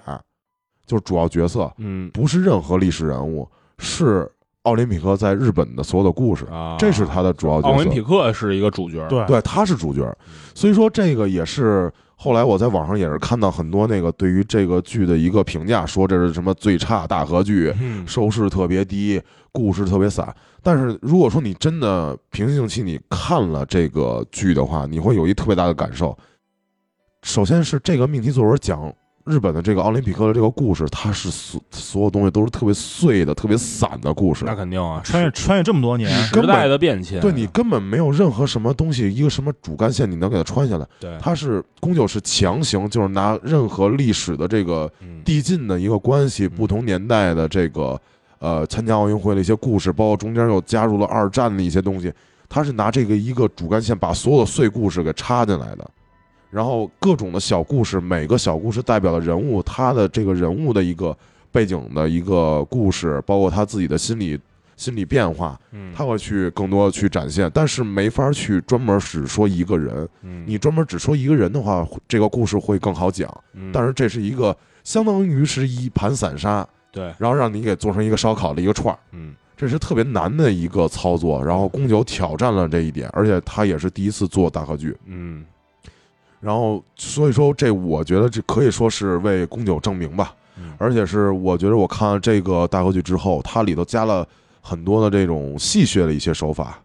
就是主要角色，嗯不是任何历史人物，是奥林匹克在日本的所有的故事，啊，这是他的主要角色。奥林匹克嗯是一个主角，，对，对，他是主角，所以说这个也是后来我在网上也是看到很多那个对于这个剧的一个评价，说这是什么最差大合剧，嗯，收视特别低，故事特别散。但是如果说你真的平静期你看了这个剧的话，你会有一特别大的感受。首先是这个命题作文讲日本的这个奥林匹克的这个故事，它是所所有东西都是特别碎的、特别散的故事，那肯定啊，穿越穿越这么多年，是时代的变迁，对你根本没有任何什么东西，一个什么主干线你能给它穿下来。对，他是宫九是强行，就是拿任何历史的这个嗯递进的一个关系，不同年代的这个呃参加奥运会的一些故事，包括中间又加入了二战的一些东西，他是拿这个一个主干线把所有的碎故事给插进来的，然后各种的小故事，每个小故事代表的人物，他的这个人物的一个背景的一个故事，包括他自己的心理心理变化，嗯他会去更多去展现，但是没法去专门只说一个人。嗯你专门只说一个人的话，会这个故事会更好讲。嗯但是这是一个相当于是一盘散沙，对，然后让你给做成一个烧烤的一个串儿，嗯这是特别难的一个操作。然后宫九挑战了这一点，而且他也是第一次做大合剧，嗯然后所以说这我觉得这可以说是为宫九证明吧。嗯而且是我觉得我看了这个大合剧之后，它里头加了很多的这种戏谑的一些手法，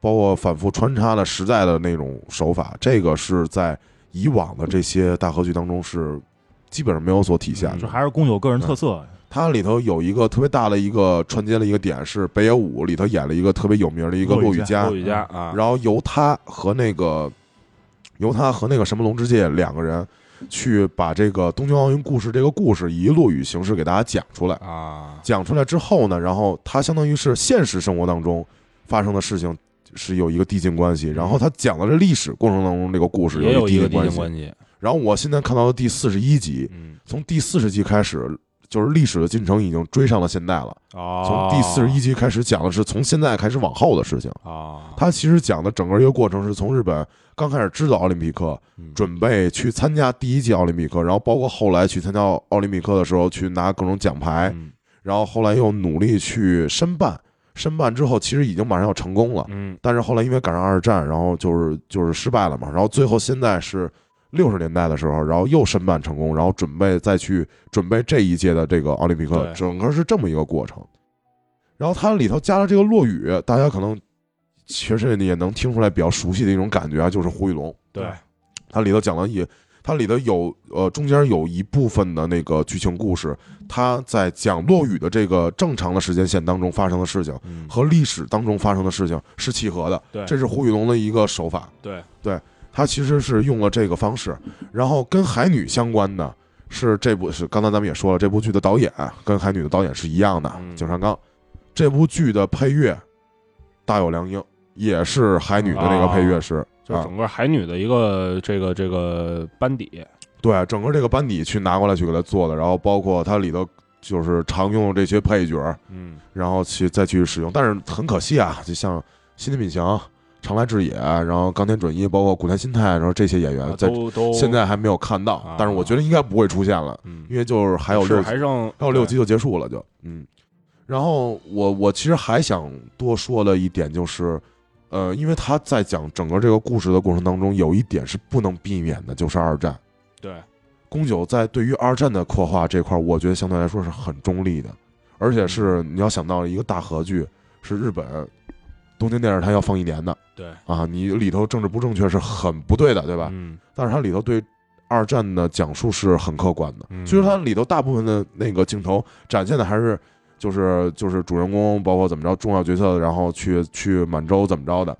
包括反复穿插的实在的那种手法，这个是在以往的这些大合剧当中是基本上没有所体现的。这还是公有个人特色，它里头有一个特别大的一个串接的一个点是北野武里头演了一个特别有名的一个落落雨雨家家落，雨家啊，然后由他和那个由他和那个什么龙之介两个人去把这个东京奥运故事这个故事以落雨形式给大家讲出来。啊，讲出来之后呢，然后它相当于是现实生活当中发生的事情是有一个递进关系，然后他讲的这历史过程当中这个故事嗯也有一一个个递进系。关系，然后我现在看到的第四十一集，嗯，从第四十集开始，就是历史的进程已经追上了现代了。哦从，第四十一集开始讲的是从现在开始往后的事情。啊，它其实讲的整个一个过程是从日本刚开始知道奥林匹克，嗯准备去参加第一届奥林匹克，然后包括后来去参加奥林匹克的时候去拿各种奖牌，嗯然后后来又努力去申办，申办之后其实已经马上要成功了，嗯但是后来因为赶上二战，然后就是就是失败了嘛，然后最后现在是六十年代的时候，然后又申办成功，然后准备再去准备这一届的这个奥林匹克对，整个是这么一个过程。然后它里头加了这个落雨，大家可能其实也能听出来比较熟悉的一种感觉啊，就是胡玉龙，对，它里头讲了也，它里头有呃中间有一部分的那个剧情故事，它在讲落雨的这个正常的时间线当中发生的事情嗯和历史当中发生的事情是契合的，对这是胡宇龙的一个手法。对对，他其实是用了这个方式，然后跟海女相关的是这部是刚才咱们也说了，这部剧的导演跟海女的导演是一样的，嗯井上刚。这部剧的配乐大有良英，也是海女的那个配乐师。啊啊就是整个海女的一个这个这个班底，对，整个这个班底去拿过来去给他做的，然后包括它里头就是常用的这些配角，嗯然后去再去使用。但是很可惜啊，就像新田敏祥、长来智也，然后冈田准一，包括古田新太，然后这些演员啊在都都现在还没有看到啊，但是我觉得应该不会出现了，嗯因为就是还有是六集还剩还有六对集就结束了，就嗯。然后我我其实还想多说的一点就是，呃，因为他在讲整个这个故事的过程当中，有一点是不能避免的，就是二战。对宫九在对于二战的刻画这块儿，我觉得相对来说是很中立的，而且是嗯你要想到一个大合剧是日本东京电视台要放一年的对啊，你里头政治不正确是很不对的，对吧？嗯但是它里头对二战的讲述是很客观的，嗯所以说它里头大部分的那个镜头展现的还是就是就是主人公包括怎么着重要角色，然后去去满洲怎么着的，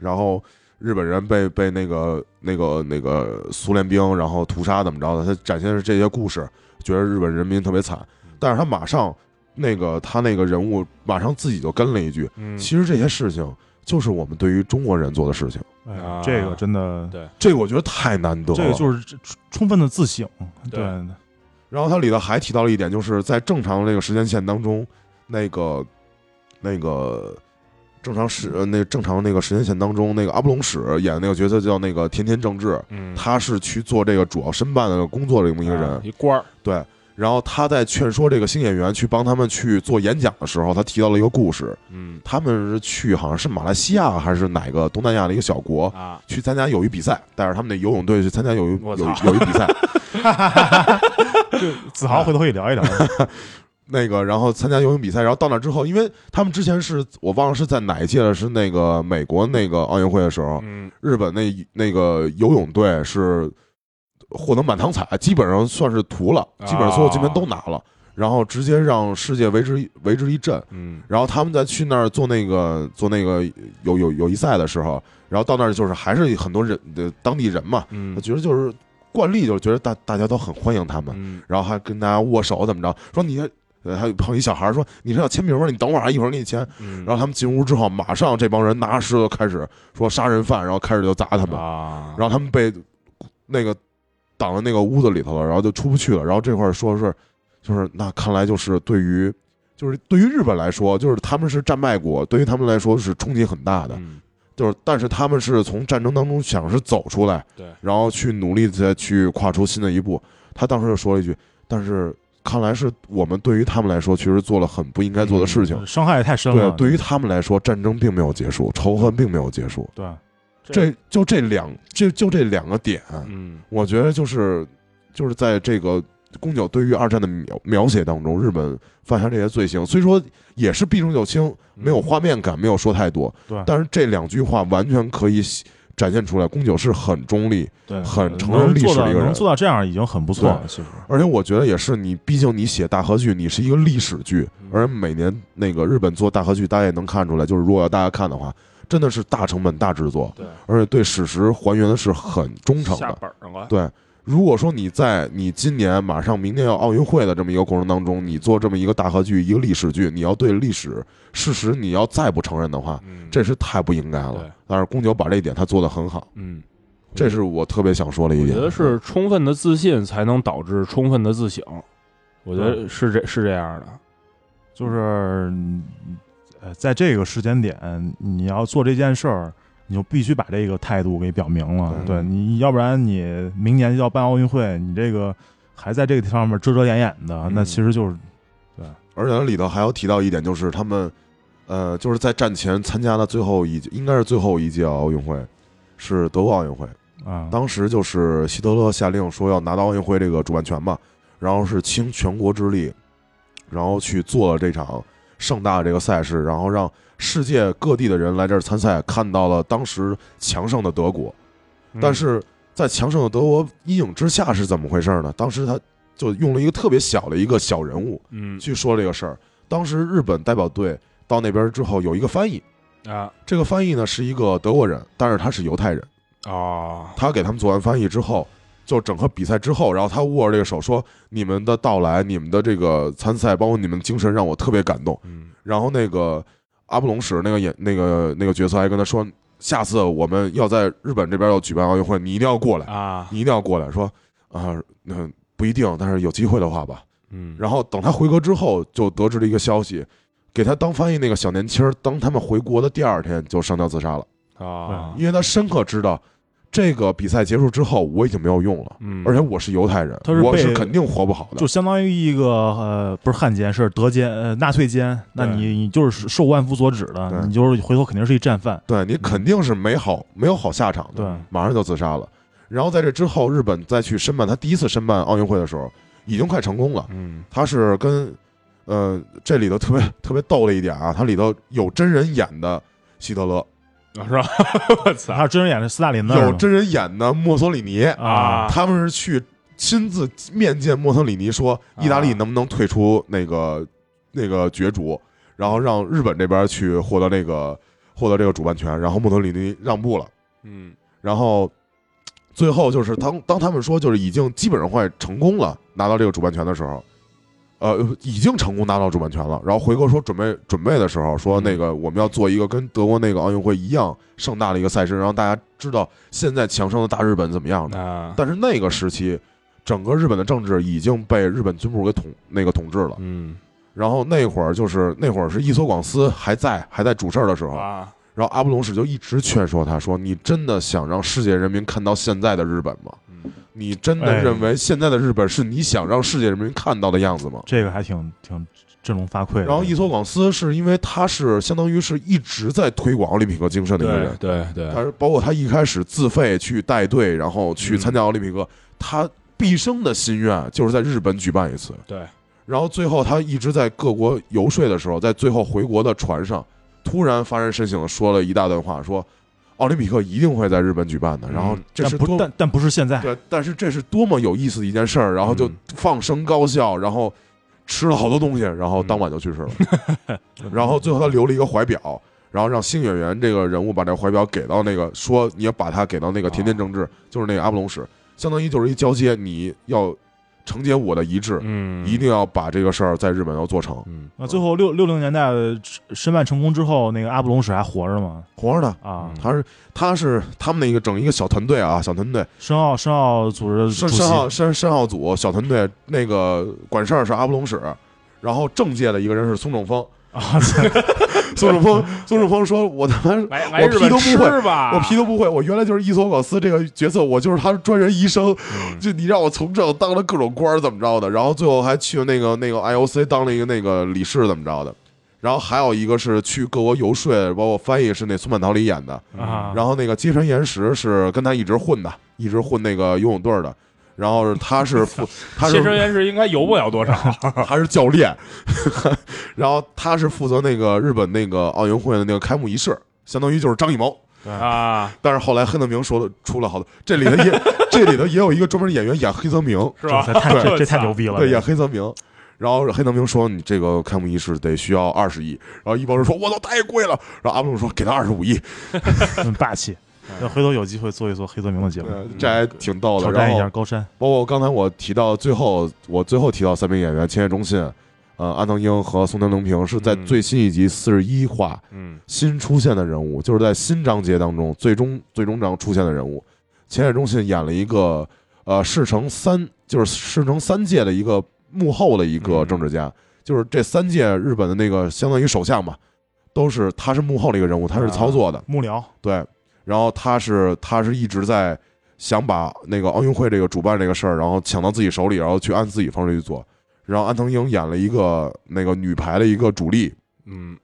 然后日本人被被那个那个那个苏联兵然后屠杀怎么着的，它展现的是这些故事，觉得日本人民特别惨，嗯但是他马上那个他那个人物马上自己就跟了一句，嗯其实这些事情就是我们对于中国人做的事情，哎啊这个真的，这个我觉得太难得了，这个就是充充分的自省，对对， 然后它里头还提到了一点，就是在正常的这个时间线当中，那个那个正常时呃那正常那个时间线当中，那个阿布隆史演的那个角色叫那个田田正治，嗯他是去做这个主要申办的工作的这么一个人啊，一官儿对。然后他在劝说这个新演员去帮他们去做演讲的时候，他提到了一个故事，嗯他们是去好像是马来西亚还是哪个东南亚的一个小国，啊去参加友谊比赛，带着他们的游泳队去参加友谊我友操谊友谊比赛，子豪回头也聊一聊，那个，然后参加游泳比赛，然后到那之后，因为他们之前是我忘了是在哪一届了，是那个美国那个奥运会的时候，嗯日本那那个游泳队是获得满堂彩，基本上算是屠了，基本上所有金牌都拿了，然后直接让世界为之为之一振。嗯然后他们在去那儿做那个做那个友友友谊赛的时候，然后到那儿就是还是很多人的当地人嘛，我嗯觉得就是惯例，就是觉得大大家都很欢迎他们。嗯然后还跟大家握手怎么着，说你这。呃，还有碰一小孩说你是要签名吗？你等会儿啊，一会儿给你签。嗯然后他们进屋之后，马上这帮人拿着石头开始说杀人犯，然后开始就砸他们，啊然后他们被那个挡在那个屋子里头了，然后就出不去了。然后这块儿说是就是那看来就是对于就是对于日本来说，就是他们是战败国，对于他们来说是冲击很大的。嗯就是但是他们是从战争当中想是走出来，对然后去努力地去跨出新的一步。他当时就说了一句：“但是看来是我们对于他们来说，确实做了很不应该做的事情。伤害也太深对了。，对于他们来说，战争并没有结束，仇恨并没有结束。对，这就这两，这就这两个点，嗯我觉得就是就是在这个宫九对于二战的描描写当中，日本犯下这些罪行，虽说也是避重就轻，没有画面感，没有说太多，对但是这两句话完全可以展现出来，宫九是很中立，嗯对，很能承认历史做到的一个人能做到这样已经很不错了。其实，而且我觉得也是你，毕竟你写大河剧，你是一个历史剧嗯，而每年那个日本做大河剧，大家也能看出来，就是如果要大家看的话，真的是大成本大制作，对，而且对史实还原的是很忠诚下的。本儿上了，对，如果说你在你今年马上明年要奥运会的这么一个过程当中，你做这么一个大河剧，一个历史剧，你要对历史事实你要再不承认的话，嗯，啊这是太不应该对了。但是宫九把这一点他做得很好，嗯，这是我特别想说的一我点。觉得是充分的自信才能导致充分的自省，我觉得是这是这样的，就是嗯呃，在这个时间点，你要做这件事儿，你就必须把这个态度给表明了。嗯对你，要不然你明年就要办奥运会，你这个还在这个方面遮遮掩掩的，那嗯其实就是而且它里头还要提到一点，就是他们，呃，就是在战前参加的最后一届，应该是最后一届奥运会，是德国奥运会。啊，当时就是希特勒下令说要拿到奥运会这个主办权嘛，然后是倾全国之力，然后去做了这场盛大的这个赛事，然后让世界各地的人来这儿参赛，看到了当时强盛的德国。嗯但是在强盛的德国阴影之下是怎么回事呢？当时他就用了一个特别小的一个小人物，嗯去说这个事儿。当时日本代表队到那边之后，有一个翻译，啊这个翻译呢是一个德国人，但是他是犹太人。啊他给他们做完翻译之后，就整个比赛之后，然后他握着这个手说：“你们的到来，你们的这个参赛，包括你们的精神，让我特别感动。嗯”然后那个阿布隆史那个演那个那个角色还跟他说：“下次我们要在日本这边要举办奥运会，你一定要过来，啊你一定要过来。”说啊，那不一定，但是有机会的话吧。嗯，然后等他回国之后，就得知了一个消息，给他当翻译那个小年轻儿，当他们回国的第二天就上吊自杀了，啊，因为他深刻知道，这个比赛结束之后我已经没有用了，嗯，而且我是犹太人，他是被我是肯定活不好的就。相当于一个呃，不是汉奸，是德奸，呃，纳粹奸。那对你你就是受万夫所指的，对你就是回头肯定是一战犯。对你肯定是没好没有好下场的，嗯对，马上就自杀了。然后在这之后，日本再去申办他第一次申办奥运会的时候，已经快成功了。嗯他是跟，呃，这里头特别特别逗的一点啊，它里头有真人演的希特勒，啊是吧？我操他真人演的斯大林那儿有吗真人演的墨索里尼，啊，他们是去亲自面见墨索里尼，说啊意大利能不能退出那个那个角逐，然后让日本这边去获得那个获得这个主办权，然后墨索里尼让步了，嗯然后最后就是当当他们说就是已经基本上快成功了拿到这个主办权的时候。呃，已经成功拿到主办权了。然后回国说准备准备的时候，说那个我们要做一个跟德国那个奥运会一样盛大的一个赛事，让大家知道现在强盛的大日本怎么样了。啊但是那个时期，整个日本的政治已经被日本军部给统那个统治了。嗯然后那会儿就是那会儿是伊索广司还在还在主事儿的时候，啊然后阿布隆史就一直劝说他说：“你真的想让世界人民看到现在的日本吗？嗯你真的哎认为现在的日本是你想让世界人民看到的样子吗这个还挺挺振聋发聩的。？”然后伊索广司是因为他是相当于是一直在推广奥林匹克精神的一个人对，对对他是包括他一开始自费去带队，然后去嗯参加奥林匹克，他毕生的心愿就是在日本举办一次。对，然后最后他一直在各国游说的时候，在最后回国的船上，突然发人深省，说了一大段话，说奥林匹克一定会在日本举办的。嗯然后这但是不多但但不是现在，对，但是这是多么有意思的一件事儿。然后就嗯放声高笑，然后吃了好多东西，然后当晚就去世了。 然后最后他留了一个怀表，然后让新演员这个人物把这个怀表给到那个说你要把它给到啊那个田间正治，就是那个阿布隆史，相当于就是一交接，你要承接我的遗志，嗯一定要把这个事儿在日本要做成。嗯那最后六六零年代申办成功之后，那个阿布隆史还活着吗？活着呢，啊，嗯他是他是他们那个整一个小团队啊，小团队，申奥申奥组织主申席申奥申申奥组小团队那个管事儿是阿布隆史，然后政界的一个人是松正峰。啊， 宋楚峰，宋楚峰说：“我他妈，来我来日屁本都不会吃吧，我皮都不会，我原来就是伊索苟斯这个角色，我就是他专人医生，嗯就你让我从政当了各种官儿怎么着的，然后最后还去那个那个 IOC 当了一个那个理事怎么着的，然后还有一个是去各国游说，包括翻译是那松坂桃李演的，啊嗯然后那个揭川岩石是跟他一直混的，一直混那个游泳队儿的，然后他是副 他谢生是岩石应该游不了多少，他是教练， 然后他是负责那个日本那个奥运会的那个开幕仪式，相当于就是张艺谋。啊，但是后来黑泽明说了出了好多，这里头 也这里头也有一个专门演员演黑泽明，是吧？这 太这这太操牛！逼了，对，演黑泽明。然后黑泽明说：“你这个开幕仪式得需要二十亿。”然后一帮人说：“我操，太贵了。”然后阿布鲁说：“给他二十五亿。嗯，霸气。 那回头有机会做一做黑泽明的节目，呃”这还挺逗嗯的。挑然战一后下高山。包括刚才我提到最后，我最后提到三名演员：千叶忠信、呃安藤英和松田龙平，是在嗯最新一集四十一话嗯新出现的人物，就是在新章节当中最终最终章出现的人物。千叶忠信演了一个呃世成三，就是世成三届的一个幕后的一个嗯政治家，就是这三届日本的那个相当于首相嘛，都是他是幕后的一个人物，他是操作的，幕僚对。然后他是他是一直在想把那个奥运会这个主办这个事儿，然后抢到自己手里，然后去按自己方式去做。然后安藤英演了一个那个女排的一个主力，嗯，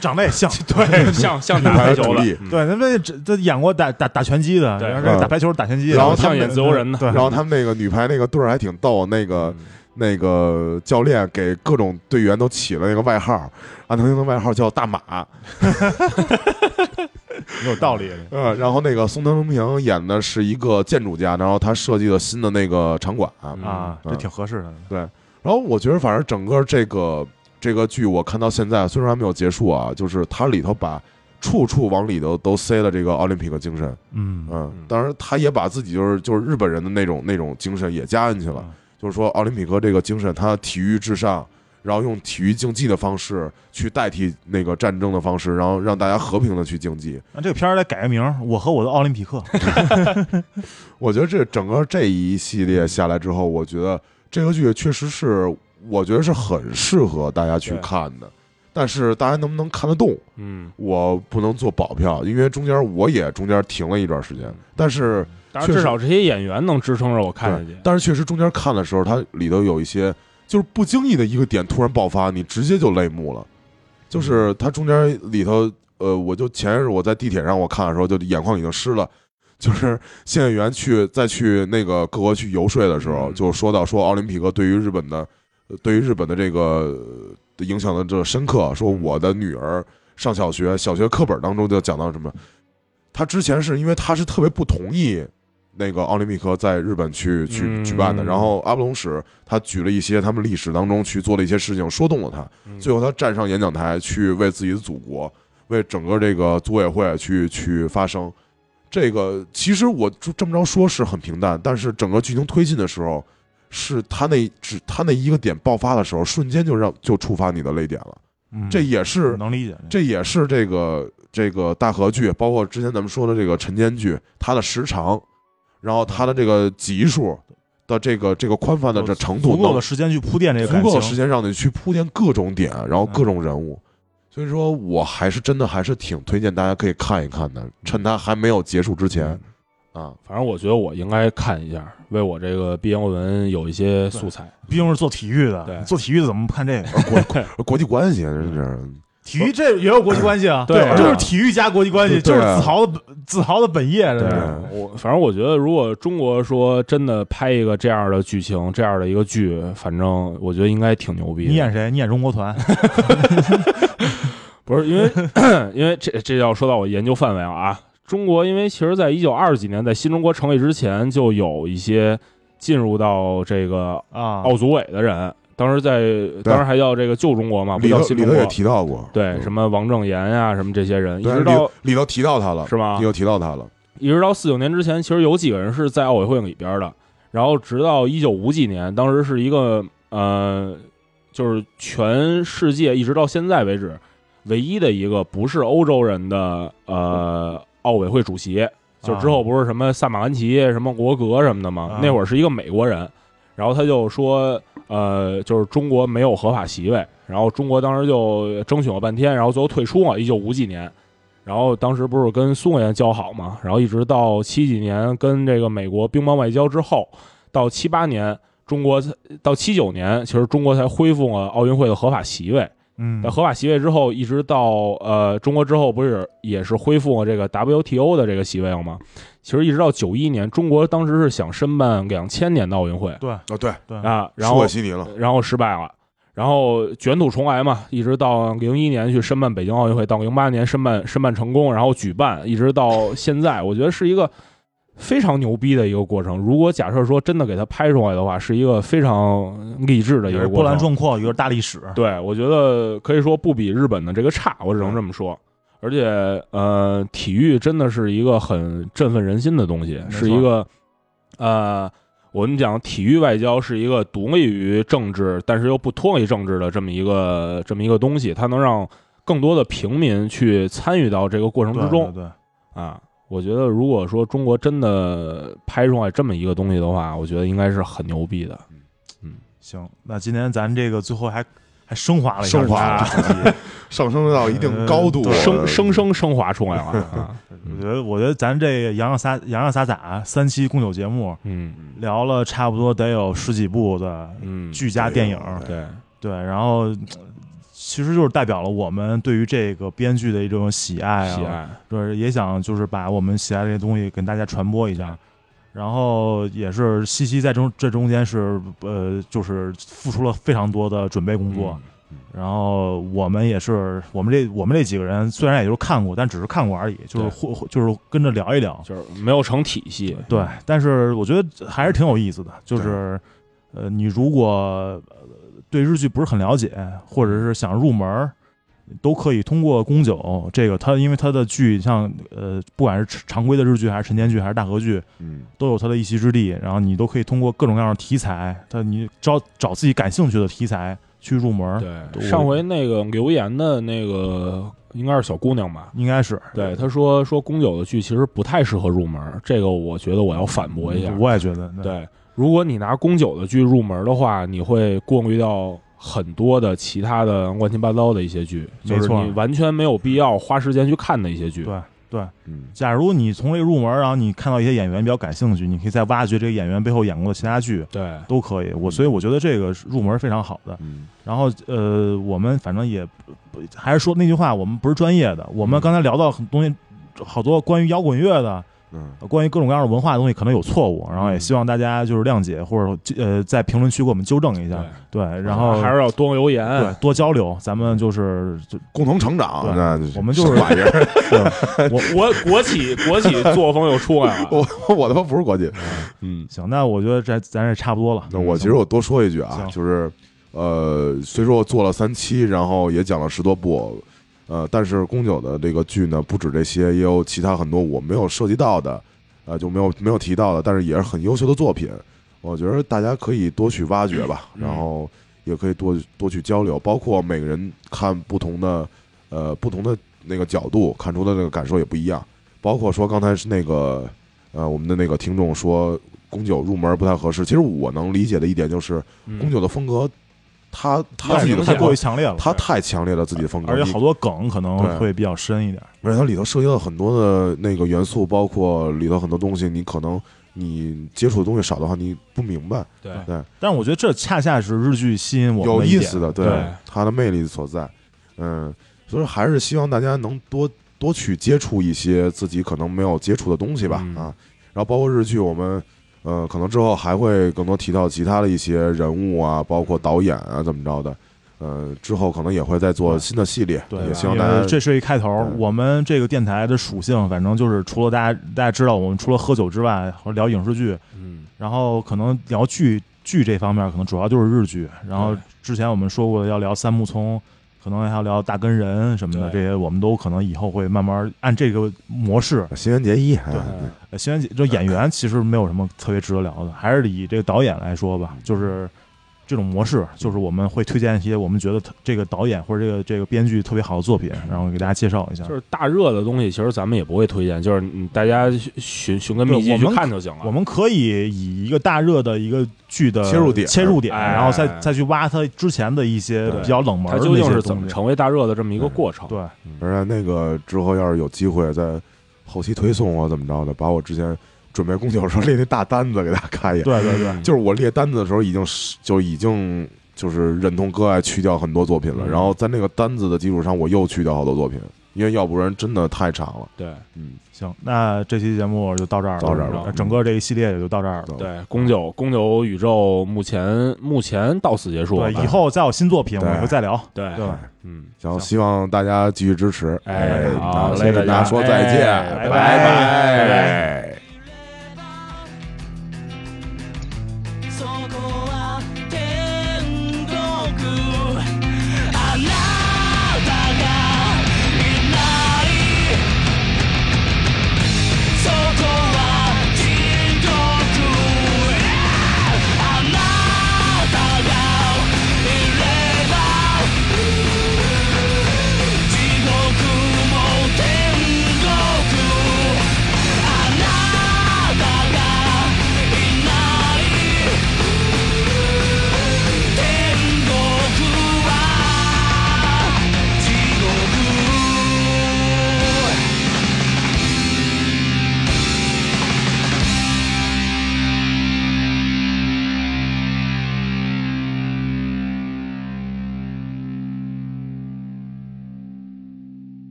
长得也 像，对，像像打排球了，嗯对，那那这这演过打打打拳击的，对然后嗯打排球、打拳击的，然后他像们演自由人的，对，然后他们那个女排那个队儿还挺逗，那个那个教练给各种队员都起了那个外号，安藤英的外号叫大嗯马，有道理。呃，然后那个松藤平演的是一个建筑家，然后他设计了新的那个场馆，嗯啊，嗯这挺合适的。然后我觉得反正整个这个这个剧我看到现在虽然还没有结束啊，就是它里头把处处往里头都塞了这个奥林匹克精神，嗯，嗯嗯，当然他也把自己就是就是日本人的那种那种精神也加进去了嗯，就是说奥林匹克这个精神，它体育至上，然后用体育竞技的方式去代替那个战争的方式，然后让大家和平的去竞技。那这个片儿来改个名儿，《我和我的奥林匹克》我觉得这整个这一系列下来之后，我觉得这个剧确实是，我觉得是很适合大家去对看的。但是大家能不能看得动，嗯，我不能做保票，因为中间我也中间停了一段时间。但是当然确实至少这些演员能支撑着我看下去对，但是确实中间看的时候，它里头有一些就是不经意的一个点突然爆发，你直接就泪目了。就是它中间里头，呃，我就前日我在地铁上我看的时候，就眼眶已经湿了。就是县议员去再去那个各国去游说的时候，嗯就说到说奥林匹克对于日本的，呃对于日本的这个呃影响的这深刻。说我的女儿上小学，小学课本当中就讲到什么，他之前是因为他是特别不同意那个奥林匹克在日本去去嗯举办的，然后阿布隆史他举了一些他们历史当中去做的一些事情，说动了他，嗯最后他站上演讲台去为自己的祖国，为整个这个组委会去去发声。这个其实我就这么着说是很平淡，但是整个剧情推进的时候，是他那只他那一个点爆发的时候，瞬间就让就触发你的泪点了。嗯，这也是能理解。这这也是这个这个大河剧，包括之前咱们说的这个晨间剧，它的时长，然后它的这个集数的这个这个宽泛的这程度，足够能的时间去铺垫这个足感够的情时间让你去铺垫各种点，然后各种人嗯物。所以说我还是真的还是挺推荐大家可以看一看的，嗯趁它还没有结束之前啊。反正我觉得我应该看一下，为我这个毕业论文有一些素材。毕竟是做体育的，对做体育的怎么看这 个？啊国际关系真是，体育这也有国际关系啊，对这就是啊体育加国际关系，就对是对子啊豪的本子豪的本业，这是。对我反正我觉得，如果中国说真的拍一个这样的剧情，这样的一个剧，反正我觉得应该挺牛逼的。你演谁？你演中国团，不是因为 因为这这要说到我研究范围了啊。中国因为其实在一九二几年在新中国成立之前，就有一些进入到这个 啊，奥组委的人，当时在当时还叫这个旧中国嘛，不里头叫新里中头国也。提到过，对，什么么王正言啊，什么这些人，一对直里头到里头提到他了是吗里头提到他了，一直到四九年之前，其实有几个人是在奥委会里边的，然后直到一九五几年，当时是一个呃，就是全世界一直到现在为止唯一的一个不是欧洲人的呃奥委会主席，就之后不是什么萨马兰奇、什么国格什么的吗？啊那会儿是一个美国人。然后他就说，呃，就是中国没有合法席位，然后中国当时就争取了半天，然后最后退出嘛，一九五几年。然后当时不是跟苏联交好嘛，然后一直到七几年跟这个美国乒乓外交之后，到七八年中国才到七九年，其实中国才恢复了奥运会的合法席位。嗯在合法席位之后，一直到呃中国之后，不是也是恢复了这个 WTO 的这个席位了吗？其实一直到九一年，中国当时是想申办两千年的奥运会对啊，对，对，啊，然输后给悉尼了，然后失败了，然后卷土重来嘛，一直到零一年去申办北京奥运会，到零八年申办申办成功，然后举办，一直到现在，我觉得是一个非常牛逼的一个过程。如果假设说真的给它拍出来的话，是一个非常励志的一也个嗯是过波程澜。壮阔，也是大历史。对，我觉得可以说不比日本的这个差，我只嗯能这么说。而且，呃，体育真的是一个很振奋人心的东西，错是一个，呃，我们讲体育外交是一个独立于政治，但是又不脱离政治的这么一个这么一个东西，它能让更多的平民去参与到这个过程对之中对对，啊。我觉得，如果说中国真的拍出来这么一个东西的话，我觉得应该是很牛逼的。行，那今天咱这个最后还还升华了一下，升华这个主 题上升到一定高度，嗯对生生生升华出 来了啊！我觉得，我觉得咱这个洋洋洒洋洋洒洒三期共九节目，嗯 聊了差不多得有十几部的嗯，剧加电影，对，对，然后呃其实就是代表了我们对于这个编剧的一种喜爱啊，喜爱，对，也想就是把我们喜爱这些东西跟大家传播一下。然后也是西西在中这中间是呃，就是付出了非常多的准备工作。嗯然后我们也是，我们这我们这几个人虽然也就是看过，但只是看过而已，就是对互互就是跟着聊一聊。就是没有成体系，对，但是我觉得还是挺有意思的，就是呃，你如果呃对日剧不是很了解，或者是想入门儿，都可以通过宫九这个，它因为它的剧像呃，不管是常规的日剧还是晨间剧还是大河剧，嗯，都有它的一席之地。然后你都可以通过各种各样的题材，它你找找自己感兴趣的题材去入门儿，对，嗯对上回那个留言的那个应该是小姑娘吧？应该是对，她说说宫九的剧其实不太适合入门，这个我觉得我要反驳一下。嗯我也觉得，对，如果你拿宫九的剧入门的话，你会过滤掉很多的其他的乱七八糟的一些剧，就没是错你完全没有必要花时间去看的一些剧。对嗯假如你从这入门儿，然后你看到一些演员比较感兴趣，你可以再挖掘这个演员背后演过的其他剧。对都可以，我嗯所以我觉得这个是入门非常好的。嗯然后呃，我们反正也不不还是说那句话，我们不是专业的。我们嗯刚才聊到很多东西，好多关于摇滚乐的，嗯，呃关于各种各样的文化的东西，可能有错误，然后也嗯希望大家就是谅解，或者呃在评论区给我们纠正一下。对，然后还是要多留言。嗯对多交流，咱们就是就共同成长，对那我们就是什么玩意儿， 国国企国企作风又出 来了。我我他妈不是国际，嗯，行。那我觉得这咱这差不多了。那我其实我多说一句啊嗯行，就是，呃，虽说我做了三期，然后也讲了十多部，呃，但是宫九的这个剧呢，不止这些，也有其他很多我没有涉及到的，呃，就没有没有提到的，但是也是很优秀的作品。我觉得大家可以多去挖掘吧，嗯然后也可以多多去交流，包括每个人看不同的，呃，不同的那个角度看出的那个感受也不一样。包括说刚才是那个，呃，我们的那个听众说宫九入门不太合适，其实我能理解的一点就是嗯宫九的风格，他他太自己的明风太显过格于，强烈了，他太强烈了自己的风格，而且你好多梗可对能会比较深一点。而且它里头涉及到很多的那个元素，包括里头很多东西，你可能你接触的东西少的话，你不明白，对但是我觉得这恰恰是日剧吸引我们有的一意点思的，对对它的魅力所在，嗯，所以还是希望大家能多多去接触一些自己可能没有接触的东西吧，嗯啊，然后包括日剧，我们呃可能之后还会更多提到其他的一些人物啊，包括导演啊怎么着的，呃，之后可能也会再做新的系列，对，也希望因大为家这是一开头对。我们这个电台的属性，反正就是除了大家大家知道，我们除了喝酒之外，或者聊影视剧，嗯，然后可能聊剧剧这方面，可能主要就是日剧。然后对之前我们说过要聊三木聪，可能还要聊大根人什么的，这对些我们都可能以后会慢慢按这个模式。新垣结衣，哎对嗯呃新嗯垣结就演员其实没有什么特别值得聊的，还是以这个导演来说吧，就是这种模式，就是我们会推荐一些我们觉得特这个导演或者这个这个编剧特别好的作品，然后给大家介绍一下。就是大热的东西，其实咱们也不会推荐，就是你大家寻寻根觅对迹我去们看就行了。我们可以以一个大热的一个剧的切入点切入点，哎然后再再去挖它之前的一些对比较冷门它的究那竟些是怎么东西。成为大热的这么一个嗯过程？对，而且那个之后要是有机会在后期推送啊或怎么着的，把我之前准备供酒时候列那大单子给大家看一眼。对对对，嗯就是我列单子的时候已经是就已经就是忍痛割爱去掉很多作品了，嗯然后在那个单子的基础上我又去掉好多作品，因为要不然真的太长了。对嗯，行，那这期节目就到这儿了，到这儿吧那整个这一系列也就到这嗯儿了。对，宫九宫九宇宙目前目前到此结束。对，吧以后再有新作品，我对们会再聊。对对，嗯，然后希望大家继续支持，哎好那嘞先跟大大家家说再见，拜哎拜拜拜そこは天国あなたがいないそこは地獄あなたがいれば地獄も天国「あなたがいない」「天国は地獄」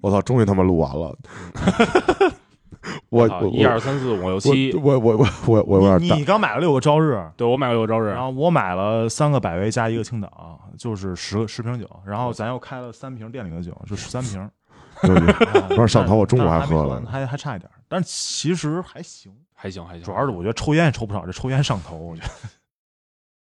我操，终于他妈录完了， 我好我一二三四五六七，我我我我我我有你点你刚买了六个朝日，对我买过有招人然，后我买了三个百威加一个青岛，就是十个十瓶酒，然嗯后咱又开了三瓶店里的酒，就十三瓶。大， 对不起啊不是上头我中午但还是没喝喝了呢还还差一点儿，但是其实还行。还行还行，主要是我觉得抽烟也抽不少，这抽烟上头，我觉得